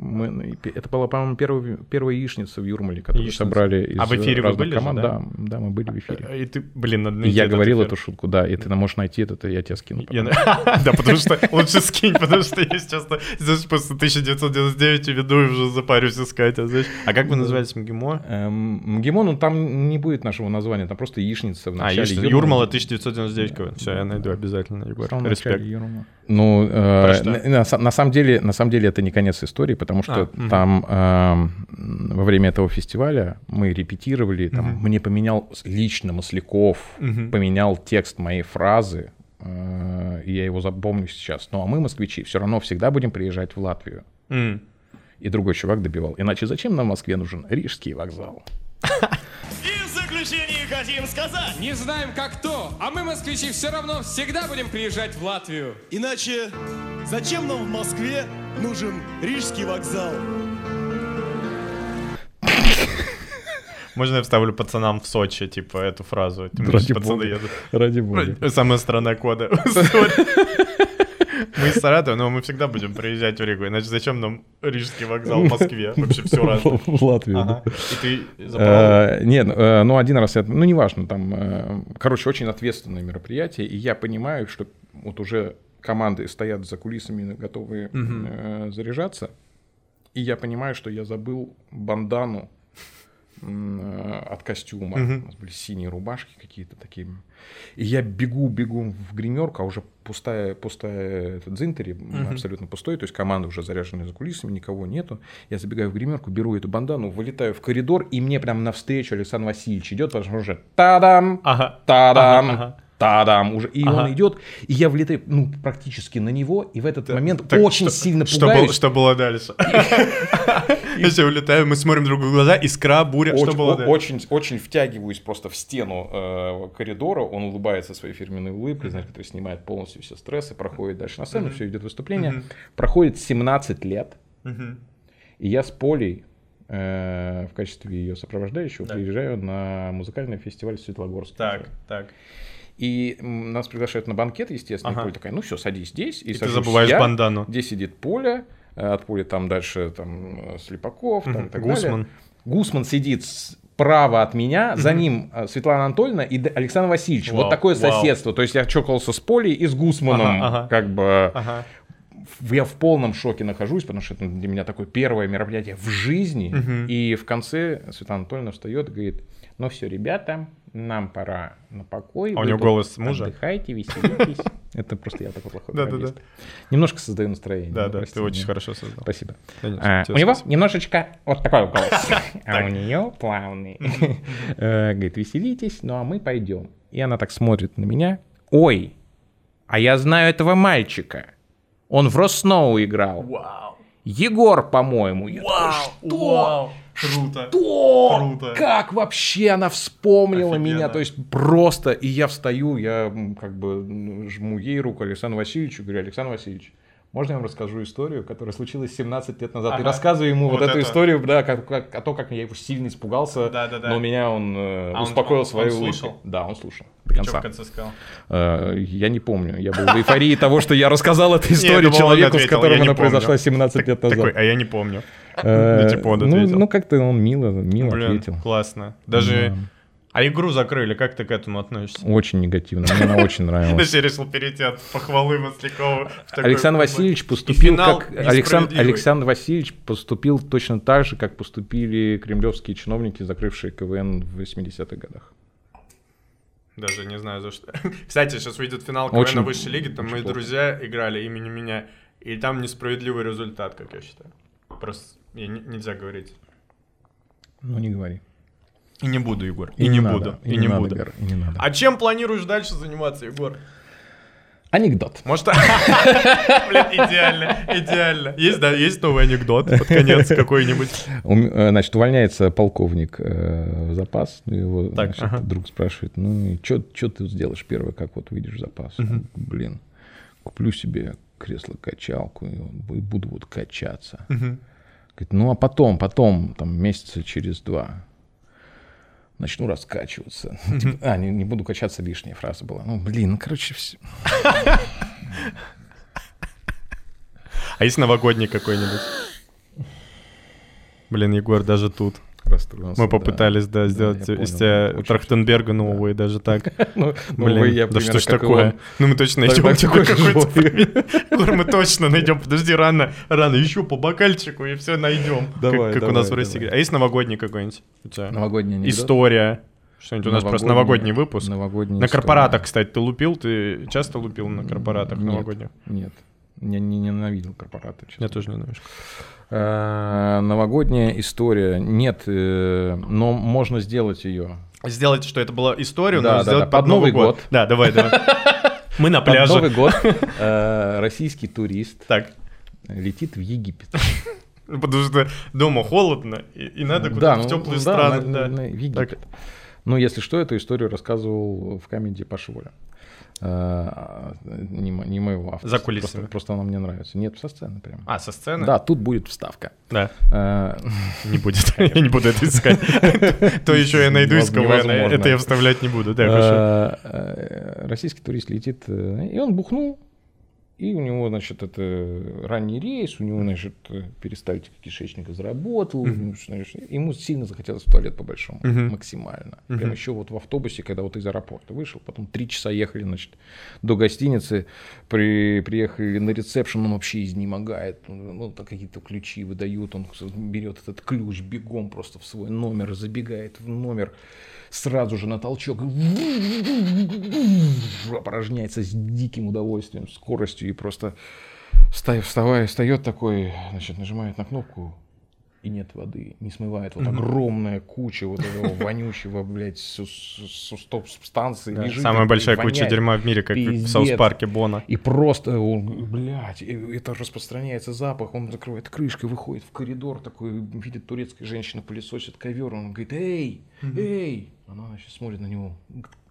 Speaker 7: Мы- ну, и пе- это была, по-моему, первая, первая яичница в Юрмале, которую
Speaker 3: Яичница.
Speaker 7: собрали из
Speaker 3: А в эфире вы
Speaker 7: разных
Speaker 3: были же,
Speaker 7: команд.
Speaker 3: да?
Speaker 7: да? да, мы были в эфире.
Speaker 3: И ты, блин, надо
Speaker 7: И
Speaker 3: найти
Speaker 7: я
Speaker 3: этот
Speaker 7: говорил
Speaker 3: эфир.
Speaker 7: эту шутку, да, и ты можешь найти это, я тебе скину. потом.
Speaker 3: Я на- Да, потому что лучше скинь, потому что я сейчас на- знаешь, после 1999 веду и уже запарюсь искать. А, знаешь, а как вы назывались МГИМО?
Speaker 7: Эм, МГИМО, ну там не будет нашего названия, там просто яичница в
Speaker 3: А,
Speaker 7: начале.
Speaker 3: Юрмала, Юрмала 1999 Все, я найду обязательно, Егор.
Speaker 7: Самом
Speaker 3: Респект.
Speaker 7: начале Юрмала. Ну, э,
Speaker 3: Про что?
Speaker 7: на, на са- на самом деле, на самом деле это не конец истории, потому что
Speaker 3: А, мгм.
Speaker 7: там эм, во время этого фестиваля мы репетировали, там мне поменял с- лично Масляков,
Speaker 3: Мгм.
Speaker 7: поменял текст моей фразы, э, и я его запомню сейчас. Ну, а мы, москвичи, все равно всегда будем приезжать в Латвию.
Speaker 3: М.
Speaker 7: И другой чувак добивал. Иначе зачем нам в Москве нужен Рижский вокзал?
Speaker 9: И в заключение хотим сказать,
Speaker 5: Не знаем как кто, а мы, москвичи, все равно всегда будем приезжать в Латвию.
Speaker 9: иначе зачем нам в Москве нужен Рижский вокзал?
Speaker 3: Можно я вставлю пацанам в Сочи, типа, эту фразу? Ты
Speaker 7: Ради
Speaker 3: можешь, пацаны
Speaker 7: бога.
Speaker 3: едут.
Speaker 7: Ради бога.
Speaker 3: Самая страна кода. Сори. Мы из Саратова, но мы всегда будем приезжать в Ригу. Иначе зачем нам Рижский вокзал в Москве? Вообще все разное.
Speaker 7: В Латвию, да.
Speaker 3: Ага. И ты забрал.
Speaker 7: Э, Нет, э, ну один раз, я- ну неважно, там, э, короче, очень ответственное мероприятие, и я понимаю, что вот уже команды стоят за кулисами, готовые э, заряжаться, и я понимаю, что я забыл бандану м, э, от костюма. У нас были синие рубашки какие-то такие. И я бегу, бегу в гримерку, а уже пустая, пустая этот дзинтери, м, абсолютно пустой, то есть команда уже заряжена за кулисами, никого нету. Я забегаю в гримерку, беру эту бандану, вылетаю в коридор, и мне прям навстречу Александр Васильевич идет, потому что он уже тадам,
Speaker 3: Ага.
Speaker 7: тадам,
Speaker 3: А, Ага, ага.
Speaker 7: тадам уже. И
Speaker 3: Ага.
Speaker 7: он идет, и я влетаю, ну, практически на него, и в этот момент
Speaker 3: Так,
Speaker 7: очень
Speaker 3: что-
Speaker 7: сильно
Speaker 3: что было-
Speaker 7: пугаюсь.
Speaker 3: Что было дальше? Я все улетаю, мы смотрим друг другу в глаза, искра, буря. Что
Speaker 7: Очень-
Speaker 3: было
Speaker 7: о-
Speaker 3: дальше?
Speaker 7: очень, очень втягиваюсь просто в стену э, коридора. Он улыбается своей фирменной улыбкой, знаешь, который снимает полностью все стрессы, проходит дальше на сцену, все идет выступление. Проходит 17 лет, и я с Полей э, в качестве ее сопровождающего приезжаю на музыкальный фестиваль в Светлогорске.
Speaker 3: Так, так.
Speaker 7: И м, нас приглашают на банкет, естественно. И Поля такая, ну все, садись здесь. И,
Speaker 3: ты
Speaker 7: сажусь
Speaker 3: забываешь бандану.
Speaker 7: Здесь сидит Поля, э, от Поля там дальше там э, Слепаков, там, и так
Speaker 3: Гусман.
Speaker 7: далее. Гусман сидит справа от меня, за ним э, Светлана Анатольевна и Д- Александр Васильевич.
Speaker 3: Вау,
Speaker 7: вот такое
Speaker 3: вау.
Speaker 7: соседство. То есть я чокался с Полей и с
Speaker 3: Ага,
Speaker 7: Гусманом,
Speaker 3: А. ага.
Speaker 7: как бы
Speaker 3: Ага.
Speaker 7: в- я в полном шоке нахожусь, потому что это для меня такое первое мероприятие в жизни. И в конце Светлана Анатольевна встает и говорит, ну все, ребята, нам пора на покой.
Speaker 3: А у
Speaker 7: Вы
Speaker 3: нее
Speaker 7: тут
Speaker 3: голос мужа?
Speaker 7: Отдыхайте, веселитесь. Это просто я такой плохой
Speaker 3: Да-да-да.
Speaker 7: программист. Немножко создаю настроение.
Speaker 3: Да, да,
Speaker 7: ну,
Speaker 3: ты
Speaker 7: простите
Speaker 3: очень
Speaker 7: меня.
Speaker 3: хорошо создал.
Speaker 7: Спасибо.
Speaker 3: Конечно,
Speaker 7: А,
Speaker 3: тебе
Speaker 7: У него
Speaker 3: спасибо.
Speaker 7: немножечко вот такой вот голос. А у нее плавный. Э, Говорит, веселитесь, ну а мы пойдем. И она так смотрит на меня. Ой, а я знаю этого мальчика. Он в Росноу играл. Егор, по-моему. Я такой,
Speaker 3: Вау, круто.
Speaker 7: «Что?
Speaker 3: Круто.
Speaker 7: Как вообще она вспомнила
Speaker 3: Офигенно.
Speaker 7: меня? То есть просто, и я встаю, я м, как бы м, жму ей руку Александру Васильевичу, говорю, Александр Васильевич, можно я вам расскажу историю, которая случилась 17 лет назад? И
Speaker 3: Ага.
Speaker 7: рассказываю ему вот,
Speaker 3: Вот
Speaker 7: эту
Speaker 3: это.
Speaker 7: историю, да, как, как- о том, как я его сильно испугался,
Speaker 3: Да-да-да.
Speaker 7: но меня он э,
Speaker 3: А он-
Speaker 7: успокоил
Speaker 3: он-
Speaker 7: своей
Speaker 3: он
Speaker 7: улыбкой.
Speaker 3: слушал?
Speaker 7: Да, он слушал. До
Speaker 3: И чё
Speaker 7: конца.
Speaker 3: в конце сказал?
Speaker 7: Э, Я не помню. Я был в эйфории того, что я рассказал эту
Speaker 3: Я
Speaker 7: историю
Speaker 3: думал, он
Speaker 7: человеку, с
Speaker 3: ответил,
Speaker 7: которым
Speaker 3: «Я не
Speaker 7: она
Speaker 3: помню».
Speaker 7: произошла 17 лет
Speaker 3: Такой,
Speaker 7: назад.
Speaker 3: а я не помню.
Speaker 7: Э,
Speaker 3: Ну, типа, он
Speaker 7: ну,
Speaker 3: ответил.
Speaker 7: ну, как-то он мило, мило
Speaker 3: Блин,
Speaker 7: Ну, ответил.
Speaker 3: классно. Даже... А игру закрыли, как ты к этому относишься?
Speaker 7: Очень негативно. Мне она очень
Speaker 3: То
Speaker 7: нравилась.
Speaker 3: есть я решил перейти от похвалы Маслякова. в такой-
Speaker 7: Александр Васильевич поступил
Speaker 3: финал
Speaker 7: как Александр,
Speaker 3: несправедливый.
Speaker 7: Александр Васильевич поступил точно так же, как поступили кремлевские чиновники, закрывшие КВН в 80-х годах.
Speaker 3: Даже не знаю за что. Кстати, сейчас выйдет финал
Speaker 7: Очень-
Speaker 3: КВН высшей лиги, там
Speaker 7: очень
Speaker 3: мои
Speaker 7: плохо.
Speaker 3: друзья играли имени меня, и там несправедливый результат, как я считаю. Просто я не- нельзя говорить.
Speaker 7: Ну не говори.
Speaker 3: И не буду, Егор. И, не
Speaker 7: надо,
Speaker 3: буду. И, не
Speaker 7: надо,
Speaker 3: буду.
Speaker 7: Гар, и не надо.
Speaker 3: А чем планируешь дальше заниматься, Егор? А-
Speaker 7: Анекдот.
Speaker 3: Может, блин, идеально, идеально. Есть, да, есть новый анекдот под конец какой-нибудь.
Speaker 7: Ум- э, Значит, увольняется полковник э, в запас. ну, Его
Speaker 3: Так,
Speaker 7: значит,
Speaker 3: ага.
Speaker 7: друг спрашивает, ну и что ты сделаешь первое, как вот выйдешь в запас? Он, Блин, куплю себе кресло-качалку, и он бу- буду вот качаться. Говорит, ну а потом, потом, там месяца через два начну раскачиваться. Типа, а, не, не буду качаться, лишняя фраза была. Ну, блин, ну, короче, все.
Speaker 3: А есть новогодний какой-нибудь? Блин, Егор, даже тут.
Speaker 10: Расстроился,
Speaker 3: Мы
Speaker 10: да.
Speaker 3: попытались, да, сделать
Speaker 10: я
Speaker 3: из
Speaker 10: понял.
Speaker 3: тебя
Speaker 10: Очень
Speaker 3: Трахтенберга, но, увы, даже так.
Speaker 10: Ну, ну,
Speaker 3: Блин,
Speaker 10: вы, я
Speaker 3: да что
Speaker 10: примерно
Speaker 3: ж
Speaker 10: как и
Speaker 3: такое?
Speaker 10: он.
Speaker 3: Ну мы точно
Speaker 10: Так-
Speaker 3: найдем
Speaker 10: так
Speaker 3: тебе
Speaker 10: такой
Speaker 3: какой-то
Speaker 10: живой.
Speaker 3: пример. Егор, мы точно найдем. Подожди, рано, рано, еще по бокальчику и все найдем.
Speaker 10: Давай,
Speaker 3: Как у нас в
Speaker 10: давай,
Speaker 3: России.
Speaker 10: давай.
Speaker 3: А есть новогодний какой-нибудь? у тебя?
Speaker 7: Новогодний анекдот?
Speaker 3: История. Что-нибудь у нас просто
Speaker 7: Новогодний-
Speaker 3: новогодний выпуск.
Speaker 7: новогодняя
Speaker 3: На
Speaker 7: история.
Speaker 3: корпоратах, кстати, ты лупил? Ты часто лупил на корпоратах новогодних?
Speaker 7: Нет, нет. Я не ненавидел корпораты, честно.
Speaker 3: Я тоже ненавижу.
Speaker 7: Э, Новогодняя история. Нет, э, но можно сделать ее.
Speaker 3: Сделать, что это была история,
Speaker 7: Да,
Speaker 3: но
Speaker 7: да,
Speaker 3: сделать
Speaker 7: да,
Speaker 3: под Новый год. Да, давай, давай. Мы на
Speaker 7: Под Новый
Speaker 3: пляже.
Speaker 7: год э, российский турист
Speaker 3: Так.
Speaker 7: летит в Египет.
Speaker 3: Потому что дома холодно, и, и надо куда-то в
Speaker 7: ну,
Speaker 3: теплые
Speaker 7: да,
Speaker 3: страны.
Speaker 7: на-
Speaker 3: да.
Speaker 7: на- в Египет.
Speaker 3: Так.
Speaker 7: Ну, если что, эту историю рассказывал в камеди Паша Воля. Э, Не, мо- не моего автора.
Speaker 3: За кулисами.
Speaker 7: Просто, просто она мне нравится. Нет, со сцены прям.
Speaker 3: А, со сцены?
Speaker 7: да, тут будет вставка.
Speaker 3: Да.
Speaker 7: Э,
Speaker 3: Не будет. Я не буду это искать. То еще я найду из кого я на-
Speaker 7: Невозможно.
Speaker 3: это я вставлять не буду. Да, хорошо.
Speaker 7: Э, э, Российский турист летит, э, и он бухнул. И у него, значит, это ранний рейс, у него, значит, э, перистальтика кишечника заработал, ну, что, конечно, ему сильно захотелось в туалет по-большому, максимально. Прям еще вот в автобусе, когда вот из аэропорта вышел, потом три часа ехали, значит, до гостиницы, при, приехали на ресепшн, он вообще изнемогает, ну, там какие-то ключи выдают, он берет этот ключ бегом просто в свой номер, забегает в номер, сразу же на толчок опорожняется с диким удовольствием, скоростью и просто встает, встает такой, значит, нажимает на кнопку и нет воды, не смывает вот огромная куча вот этого вонючего, блядь, су- су- сустав субстанции. лежит
Speaker 3: Самая
Speaker 7: там,
Speaker 3: большая
Speaker 7: и
Speaker 3: куча
Speaker 7: воняет.
Speaker 3: дерьма в мире, как в
Speaker 7: А, Пиздец.
Speaker 3: Саус-парке Бона.
Speaker 7: И просто, он, блядь, и это распространяется запах, он закрывает крышкой, выходит в коридор такой, видит турецкая женщина, пылесосит ковер, он говорит, эй, эй. Она значит, смотрит на него,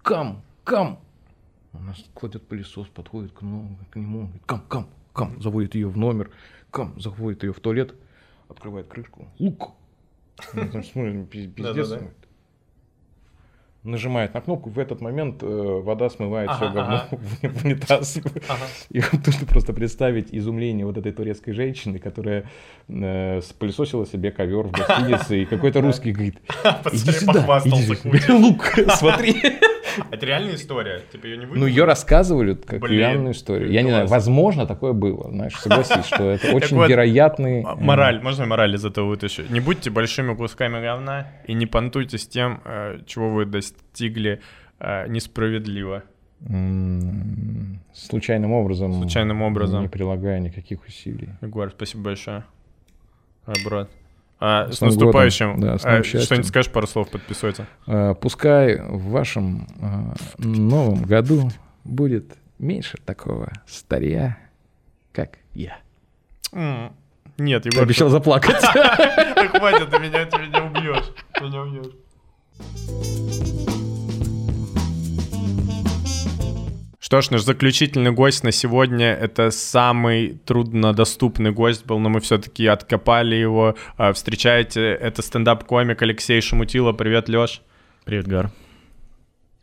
Speaker 7: кам, кам. Она с- кладет пылесос, подходит к, но- к нему, он говорит, кам, кам, кам, заводит ее в номер, кам, заводит ее в туалет, открывает крышку, лук. Она там смотрит, пи- пиздец.
Speaker 3: Да-да-да.
Speaker 7: говорит. Нажимает на кнопку, в этот момент э, вода смывает все говно в унитаз. И вот нужно просто представить изумление вот этой турецкой женщины, которая э, спылесосила себе ковер в гостинице, и какой-то русский говорит, иди
Speaker 3: Посмотри,
Speaker 7: сюда, иди
Speaker 3: похвастался
Speaker 7: сюда, лук, смотри.
Speaker 3: Это реальная история? Типа ее не
Speaker 7: Ну, ее рассказывали как
Speaker 3: Блин,
Speaker 7: реальную историю. Я не знаю,
Speaker 3: классно.
Speaker 7: возможно, такое было, знаешь, согласись, что это очень
Speaker 3: вот,
Speaker 7: вероятный...
Speaker 3: М-
Speaker 7: э,
Speaker 3: Мораль, можно я мораль из этого вытащу? Не будьте большими кусками говна и не понтуйтесь тем, э, чего вы достигли э, несправедливо.
Speaker 7: м, Случайным образом.
Speaker 3: Случайным образом.
Speaker 7: Не прилагая никаких усилий.
Speaker 3: Егор, спасибо большое. А, брат. А, с,
Speaker 7: С Новым годом.
Speaker 3: наступающим.
Speaker 7: Да, с
Speaker 3: А,
Speaker 7: новым счастьем.
Speaker 3: что-нибудь скажешь, пару слов подписывайте.
Speaker 7: Э, Пускай в вашем э, новом году будет меньше такого старья, как я.
Speaker 3: М, Нет,
Speaker 7: Ты
Speaker 3: Егор,
Speaker 7: обещал заплакать.
Speaker 3: Да хватит, ты меня, ты меня убьешь. Ты меня убьешь. Что ж, наш заключительный гость на сегодня — это самый труднодоступный гость был, но мы все-таки откопали его. А, Встречайте, это стендап-комик Алексей Шамутило. Привет, Леш.
Speaker 11: Привет, Гар.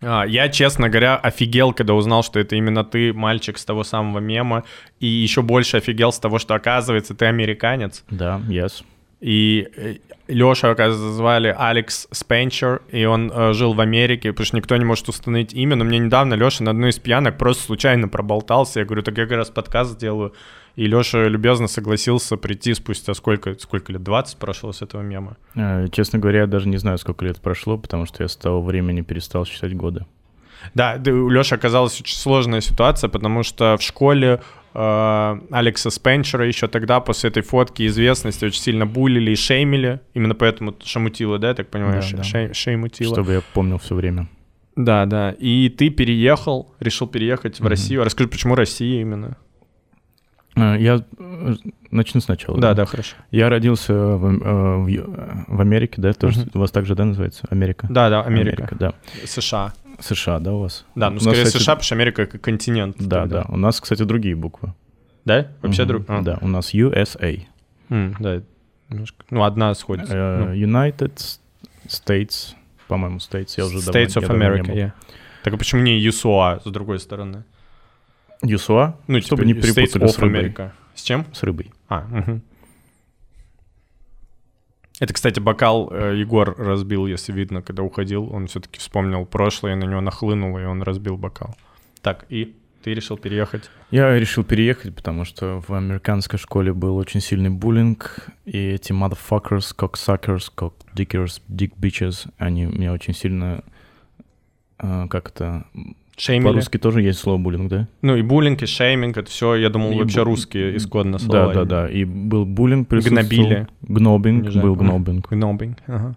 Speaker 3: А, Я, честно говоря, офигел, когда узнал, что это именно ты, мальчик с того самого мема, и еще больше офигел с того, что, оказывается, ты американец.
Speaker 11: Да, yes.
Speaker 3: И Леша, оказывается, звали Алекс Спенчер, и он э, жил в Америке, потому что никто не может установить имя, но мне недавно Леша на одной из пьянок просто случайно проболтался, я говорю, так я как раз подкаст делаю, и Леша любезно согласился прийти спустя сколько, сколько лет, 20 прошло с этого мема.
Speaker 11: Э, Честно говоря, я даже не знаю, сколько лет прошло, потому что я с того времени перестал считать годы.
Speaker 3: Да, да, у Леши оказалась очень сложная ситуация, потому что в школе э, Алекса Спенчера еще тогда после этой фотки известности очень сильно булили и шеймили, именно поэтому шамутила, да, я так понимаю,
Speaker 11: Да,
Speaker 3: ше-
Speaker 11: да.
Speaker 3: шей- шеймутила.
Speaker 11: Чтобы я помнил все время.
Speaker 3: Да, да. И ты переехал, решил переехать в Россию. А Расскажи, почему Россия именно?
Speaker 11: Э, Я э, начну сначала.
Speaker 12: ну,
Speaker 3: хорошо.
Speaker 11: Я родился в, э, в Ю- э, в Америке, да, тоже у вас также, да, называется? Америка.
Speaker 3: Да, да, Америка.
Speaker 11: да.
Speaker 3: США.
Speaker 11: США, да, у вас?
Speaker 3: Да, ну
Speaker 11: У нас,
Speaker 3: скорее
Speaker 11: кстати,
Speaker 3: США, потому что Америка как континент.
Speaker 11: Да,
Speaker 3: тогда.
Speaker 11: да. У нас, кстати, другие буквы.
Speaker 3: Да? Вообще
Speaker 12: Мгм.
Speaker 3: друг? а.
Speaker 12: Да, у нас USA.
Speaker 3: М, да, немножко. Ну, одна сходится.
Speaker 12: Э,
Speaker 3: Ну,
Speaker 12: United States, по-моему, States, я уже давно-
Speaker 3: States of
Speaker 12: я давно не
Speaker 3: America,
Speaker 12: был.
Speaker 3: yeah. Так а почему не ЮСУА с другой стороны?
Speaker 12: USUA,
Speaker 3: Ну,
Speaker 12: чтобы
Speaker 3: типа
Speaker 12: не
Speaker 3: States
Speaker 12: перепутали с
Speaker 3: of
Speaker 12: рыбой.
Speaker 3: America. С чем?
Speaker 12: С рыбой.
Speaker 3: А, мгм. Это, кстати, бокал э, Егор разбил, если видно, когда уходил. Он все-таки вспомнил прошлое, на него нахлынуло, и он разбил бокал. Так, и ты решил переехать?
Speaker 12: Я решил переехать, потому что в американской школе был очень сильный буллинг, и эти motherfuckers, cocksuckers, cockdickers, dick bitches, они меня очень сильно э, как это...
Speaker 3: Шеймили?
Speaker 12: По-русски тоже есть слово буллинг, да?
Speaker 3: Ну и буллинг, и шейминг, это все, я думал,
Speaker 12: И
Speaker 3: вообще
Speaker 12: бу-
Speaker 3: русские исходно
Speaker 12: Да,
Speaker 3: слова.
Speaker 12: да, да. И был буллинг, присутствовал.
Speaker 3: Гнобили.
Speaker 12: Гнобинг,
Speaker 3: Унижали.
Speaker 12: был
Speaker 3: Мгм.
Speaker 12: гнобинг.
Speaker 3: Гнобинг, ага.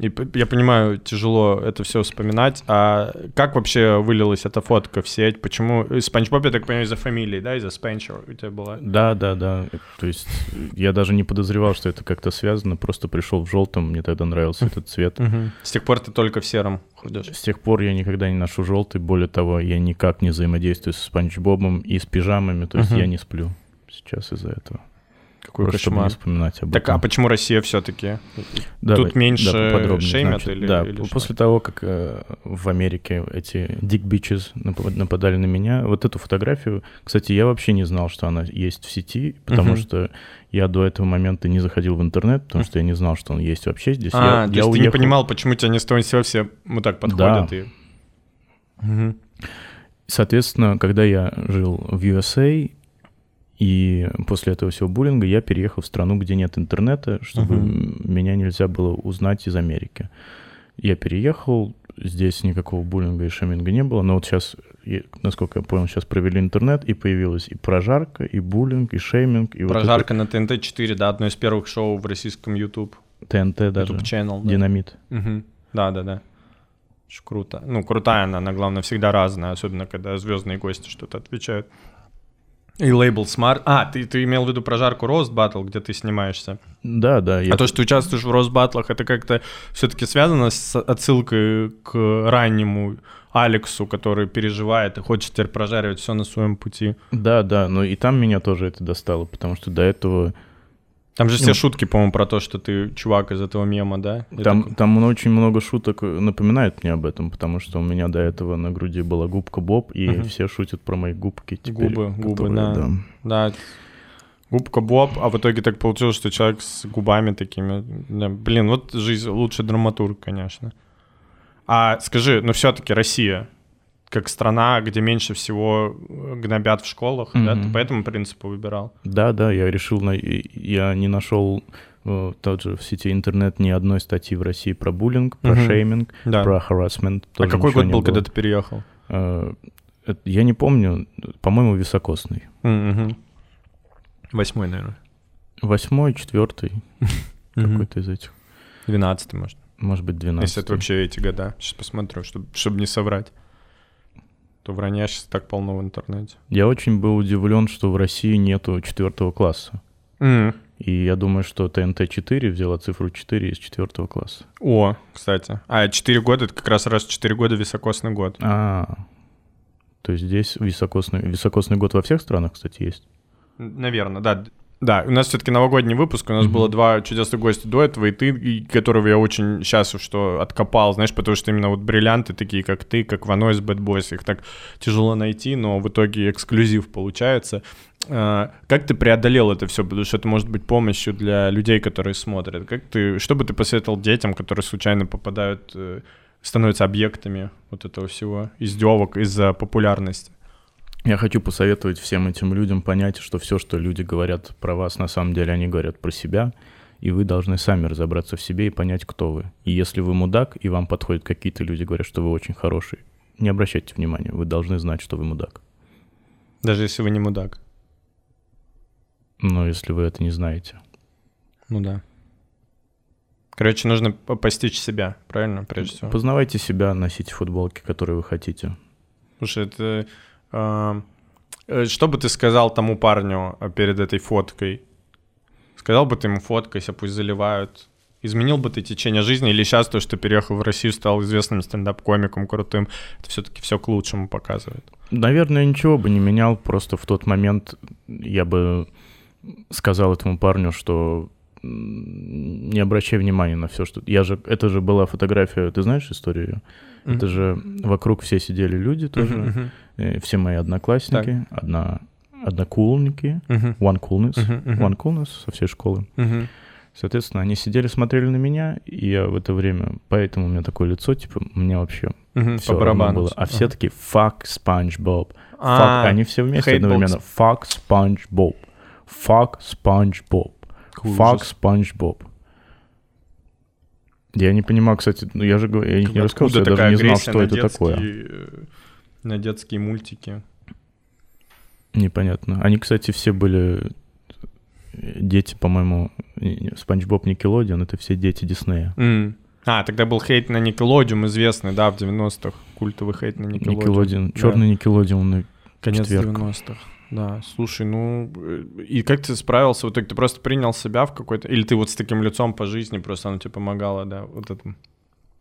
Speaker 3: И п- я понимаю, тяжело это все вспоминать. А как вообще вылилась эта фотка в сеть? Почему? э, Спанч Боб, я так понимаю, из-за фамилии, да, из-за Спенчер у тебя была?
Speaker 12: Да, да, да. То есть я даже не подозревал, что это как-то связано. Просто пришел в желтом, мне тогда нравился этот цвет.
Speaker 3: Мгм. С тех пор ты только в сером ходишь.
Speaker 12: С тех пор я никогда не ношу желтый. Более того, я никак не взаимодействую с Спанч Бобом и с пижамами. То есть
Speaker 3: Мгм.
Speaker 12: я не сплю сейчас из-за этого.
Speaker 3: Какой
Speaker 12: Просто чтобы
Speaker 3: кошмар.
Speaker 12: не вспоминать об
Speaker 3: Так,
Speaker 12: этом.
Speaker 3: а почему Россия все-таки?
Speaker 12: Давай,
Speaker 3: Тут меньше
Speaker 12: да, поподробнее,
Speaker 3: шеймят
Speaker 12: значит.
Speaker 3: или,
Speaker 12: Да,
Speaker 3: или
Speaker 12: п-
Speaker 3: что?
Speaker 12: после того, как э, в Америке эти дикбичес нап- нападали на меня, вот эту фотографию, кстати, я вообще не знал, что она есть в сети, потому
Speaker 3: Мгм.
Speaker 12: что я до этого момента не заходил в интернет, потому что я не знал, что он есть вообще здесь.
Speaker 3: А,
Speaker 12: я,
Speaker 3: то
Speaker 12: я
Speaker 3: есть ты не
Speaker 12: уехал.
Speaker 3: понимал, почему тебя не с того ни с сего все вот так подходят
Speaker 12: Да.
Speaker 3: и... Мгм.
Speaker 12: Соответственно, когда я жил в USA, и после этого всего буллинга я переехал в страну, где нет интернета, чтобы м, меня нельзя было узнать из Америки. Я переехал, здесь никакого буллинга и шаминга не было, но вот сейчас, я- насколько я понял, сейчас провели интернет, и появилась и прожарка, и буллинг, и шейминг, и вот это
Speaker 3: Прожарка на ТНТ-4, да, одно из первых шоу в российском YouTube.
Speaker 12: ТНТ даже,
Speaker 3: YouTube channel, да.
Speaker 12: динамит.
Speaker 3: Мгм. Да, да, да. Очень круто. Ну, крутая она, она, главное, всегда разная, особенно когда звездные гости что-то отвечают. И лейбл Smart. А, ты, ты имел в виду прожарку Рост Battle, где ты снимаешься.
Speaker 12: Да, да, я
Speaker 3: А то, что ты участвуешь в Рост Баттлах, это как-то все-таки связано с отсылкой к раннему Алексу, который переживает и хочет теперь прожаривать все на своем пути.
Speaker 12: да, да, но и там меня тоже это достало, потому что до этого
Speaker 3: Там же все
Speaker 12: Ну.
Speaker 3: шутки, по-моему, про то, что ты чувак из этого мема, да? Я
Speaker 12: Там,
Speaker 3: такой-
Speaker 12: там мно- очень много шуток э, напоминает мне об этом, потому что у меня до этого на груди была губка Боб, и
Speaker 3: Мгм.
Speaker 12: все шутят про мои губки теперь.
Speaker 3: Губы, губы,
Speaker 12: которые,
Speaker 3: да. Да. Губка Боб, а в итоге так получилось, что человек с губами такими. да. Блин, вот жизнь лучше драматург, конечно. А скажи, ну все-таки Россия как страна, где меньше всего э, гнобят в школах, да, ты
Speaker 12: Мгм.
Speaker 3: по этому принципу выбирал?
Speaker 12: Да, да, я решил, на... и- я не нашел э, тот же в сети интернет ни одной статьи в России про буллинг, про
Speaker 3: Мгм.
Speaker 12: шейминг,
Speaker 3: Да.
Speaker 12: про харасмент.
Speaker 3: а какой год был, когда ты переехал?
Speaker 12: Э, Я не помню, по-моему, високосный.
Speaker 3: М, мгм. Восьмой, наверное.
Speaker 12: Восьмой, четвертый,
Speaker 3: Мгм.
Speaker 12: какой-то из этих.
Speaker 3: Двенадцатый, может.
Speaker 12: Может быть, двенадцатый.
Speaker 3: Если это вообще эти года. Сейчас посмотрю, чтобы, чтобы не соврать. То вранья сейчас так полно в интернете.
Speaker 12: Я очень был удивлен, что в России нету четвертого класса.
Speaker 3: М.
Speaker 12: И я думаю, что ТНТ-4 взяла цифру 4 из четвертого класса.
Speaker 3: О, кстати. А, 4 года, это как раз раз 4 года високосный год.
Speaker 12: А, то есть здесь високосный, високосный год во всех странах, кстати, есть.
Speaker 3: Наверное, да. Да, у нас все-таки новогодний выпуск, у нас было два чудесных гостя до этого, и ты, и которого я очень счастлив, что откопал, знаешь, потому что именно вот бриллианты такие, как ты, как Вано из Bad Boys, их так тяжело найти, но в итоге эксклюзив получается. А, Как ты преодолел это все, потому что это может быть помощью для людей, которые смотрят. Как ты, что бы ты посоветовал детям, которые случайно попадают, э, становятся объектами вот этого всего, издевок из-за популярности?
Speaker 12: Я хочу посоветовать всем этим людям понять, что все, что люди говорят про вас, на самом деле они говорят про себя, и вы должны сами разобраться в себе и понять, кто вы. И если вы мудак, и вам подходят какие-то люди, говорят, что вы очень хороший, не обращайте внимания, вы должны знать, что вы мудак.
Speaker 3: Даже если вы не мудак.
Speaker 12: Но если вы это не знаете.
Speaker 3: Ну да. Короче, нужно по- постичь себя, правильно, прежде всего?
Speaker 12: Познавайте себя, носите футболки, которые вы хотите.
Speaker 3: Слушай, это... а, э, Что бы ты сказал тому парню э, перед этой фоткой? Сказал бы ты ему фоткайся, пусть заливают. Изменил бы ты течение жизни или сейчас то, что переехал в Россию, стал известным стендап-комиком крутым, это все-таки все к лучшему показывает.
Speaker 12: Наверное, ничего бы не менял, просто в тот момент я бы сказал этому парню, что м, не обращай внимания на все, что... Я же... Это же была фотография, ты знаешь историю? её?
Speaker 3: Мгм.
Speaker 12: Это же вокруг все сидели люди тоже,
Speaker 3: Мгм, мгм.
Speaker 12: э, все мои одноклассники, одна... однокулники,
Speaker 3: Мгм.
Speaker 12: one coolness,
Speaker 3: Мгм, мгм.
Speaker 12: one coolness со всей школы.
Speaker 3: Мгм.
Speaker 12: Соответственно, они сидели, смотрели на меня, и я в это время, поэтому у меня такое лицо, типа, мне вообще
Speaker 3: Мгм,
Speaker 12: всё
Speaker 3: по
Speaker 12: равно
Speaker 3: барабану
Speaker 12: было.
Speaker 3: всё.
Speaker 12: А все
Speaker 3: Ага.
Speaker 12: такие «fuck SpongeBob». Fuck-
Speaker 3: А,
Speaker 12: Они все вместе
Speaker 3: хейтбокс.
Speaker 12: одновременно «fuck SpongeBob», «fuck SpongeBob», «fuck
Speaker 3: ужас.
Speaker 12: SpongeBob». Я не понимаю, кстати, ну я же говорю, я не рассказал, что я
Speaker 3: Откуда
Speaker 12: даже
Speaker 3: такая
Speaker 12: не знал,
Speaker 3: агрессия
Speaker 12: что
Speaker 3: на
Speaker 12: это такое.
Speaker 3: детские, э, На детские мультики.
Speaker 12: Непонятно. Они, кстати, все были э, дети, по-моему, э, Спанч Боб Никелодион, это все дети Диснея.
Speaker 3: М. А, тогда был хейт на Никелодиум, известный, да, в 90-х. Культовый хейт на Никелодиум.
Speaker 12: Никелодион,
Speaker 3: Да.
Speaker 12: черный Никелодион,
Speaker 3: Конец
Speaker 12: четверг.
Speaker 3: 90-х. Да, слушай, ну э, и как ты справился? Вот так ты просто принял себя в какой-то... Или ты вот с таким лицом по жизни просто оно тебе помогало, да? Вот это...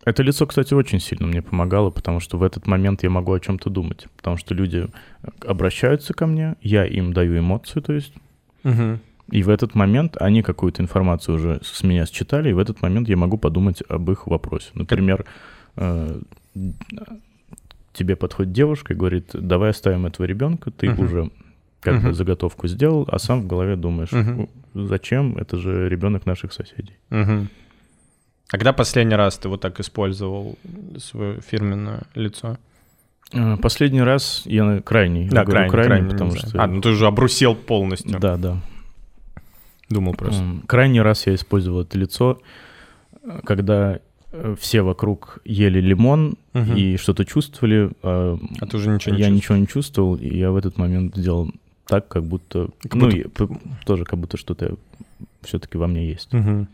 Speaker 12: Это лицо, кстати, очень сильно мне помогало, потому что в этот момент я могу о чем-то думать, потому что люди э, обращаются ко мне, я им даю эмоцию, то есть, и в этот момент они какую-то информацию уже с меня считали, и в этот момент я могу подумать об их вопросе. Например, э, тебе подходит девушка и говорит, давай оставим этого ребенка, ты
Speaker 3: Мгм.
Speaker 12: уже как бы
Speaker 3: Мгм.
Speaker 12: заготовку сделал, а сам в голове думаешь,
Speaker 3: Мгм.
Speaker 12: «Ну, зачем, это же ребенок наших соседей.
Speaker 3: Мгм. А когда последний раз ты вот так использовал свое фирменное лицо?
Speaker 12: Э, Последний раз я на- крайний. я говорю
Speaker 3: крайне,
Speaker 12: потому
Speaker 3: не знаю.
Speaker 12: что...
Speaker 3: А, ну ты уже обрусел полностью.
Speaker 12: Да, да.
Speaker 3: Думал просто.
Speaker 12: М, Крайний раз я использовал это лицо, э, когда э, все вокруг ели лимон
Speaker 3: Мгм.
Speaker 12: и что-то чувствовали. а
Speaker 3: А ты уже ничего не
Speaker 12: я
Speaker 3: чувствуешь.
Speaker 12: ничего не чувствовал, и я в этот момент сделал так, как будто...
Speaker 3: Как
Speaker 12: ну,
Speaker 3: будто-
Speaker 12: и п- тоже как будто что-то все-таки во мне есть.
Speaker 3: Мгм.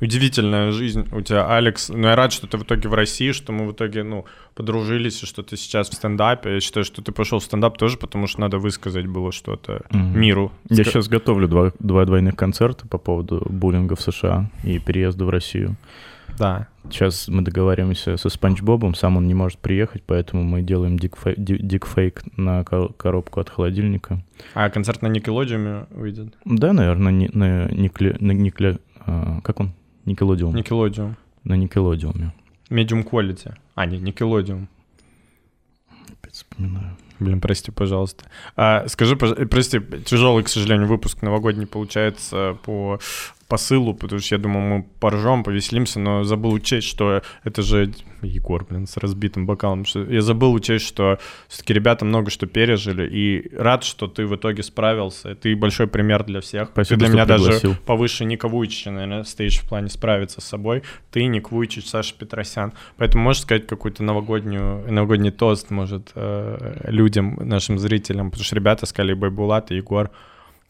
Speaker 3: Удивительная жизнь у тебя, Алекс. Ну, я рад, что ты в итоге в России, что мы в итоге, ну, подружились, и что ты сейчас в стендапе. Я считаю, что ты пошел в стендап тоже, потому что надо высказать было что-то
Speaker 12: Мгм.
Speaker 3: миру.
Speaker 12: Я
Speaker 3: Ска-
Speaker 12: сейчас готовлю два, два двойных концерта по поводу буллинга в США и переезда в Россию.
Speaker 3: Да.
Speaker 12: Сейчас мы договариваемся со Спанч Бобом, сам он не может приехать, поэтому мы делаем дикфей- ди- дикфейк на ко- коробку от холодильника.
Speaker 3: А концерт на Никелодиуме выйдет?
Speaker 12: Да, наверное, не- на, никле, на никле- а, как он? Никелодиум.
Speaker 3: Никелодиум.
Speaker 12: На Никелодиуме.
Speaker 3: Medium Quality. А, нет, Никелодиум.
Speaker 12: Опять вспоминаю.
Speaker 3: Блин, прости, пожалуйста. А, скажи, пож- э, прости, тяжелый, к сожалению, выпуск новогодний получается по посылу, потому что я думал, мы поржем, повеселимся, но забыл учесть, что это же Егор, блин, с разбитым бокалом. что- Я забыл учесть, что все-таки ребята много что пережили, и рад, что ты в итоге справился. Ты большой пример для всех.
Speaker 12: Спасибо,
Speaker 3: ты для
Speaker 12: что
Speaker 3: меня
Speaker 12: пригласил.
Speaker 3: даже повыше Ника Вуйчича, наверное, стоишь в плане справиться с собой. Ты, Ник Вуйчич, Саша Петросян. Поэтому можешь сказать какую-то новогоднюю, новогодний тост, может, э, людям, нашим зрителям, потому что ребята сказали Байбулат и Егор,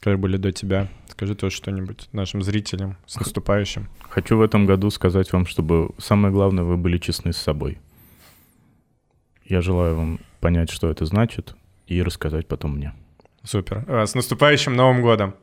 Speaker 3: которые были до тебя. Скажи тоже что-нибудь нашим зрителям, с наступающим.
Speaker 12: Хочу в этом году сказать вам, чтобы самое главное, вы были честны с собой. Я желаю вам понять, что это значит, и рассказать потом мне.
Speaker 3: Супер. Э, С наступающим Новым годом!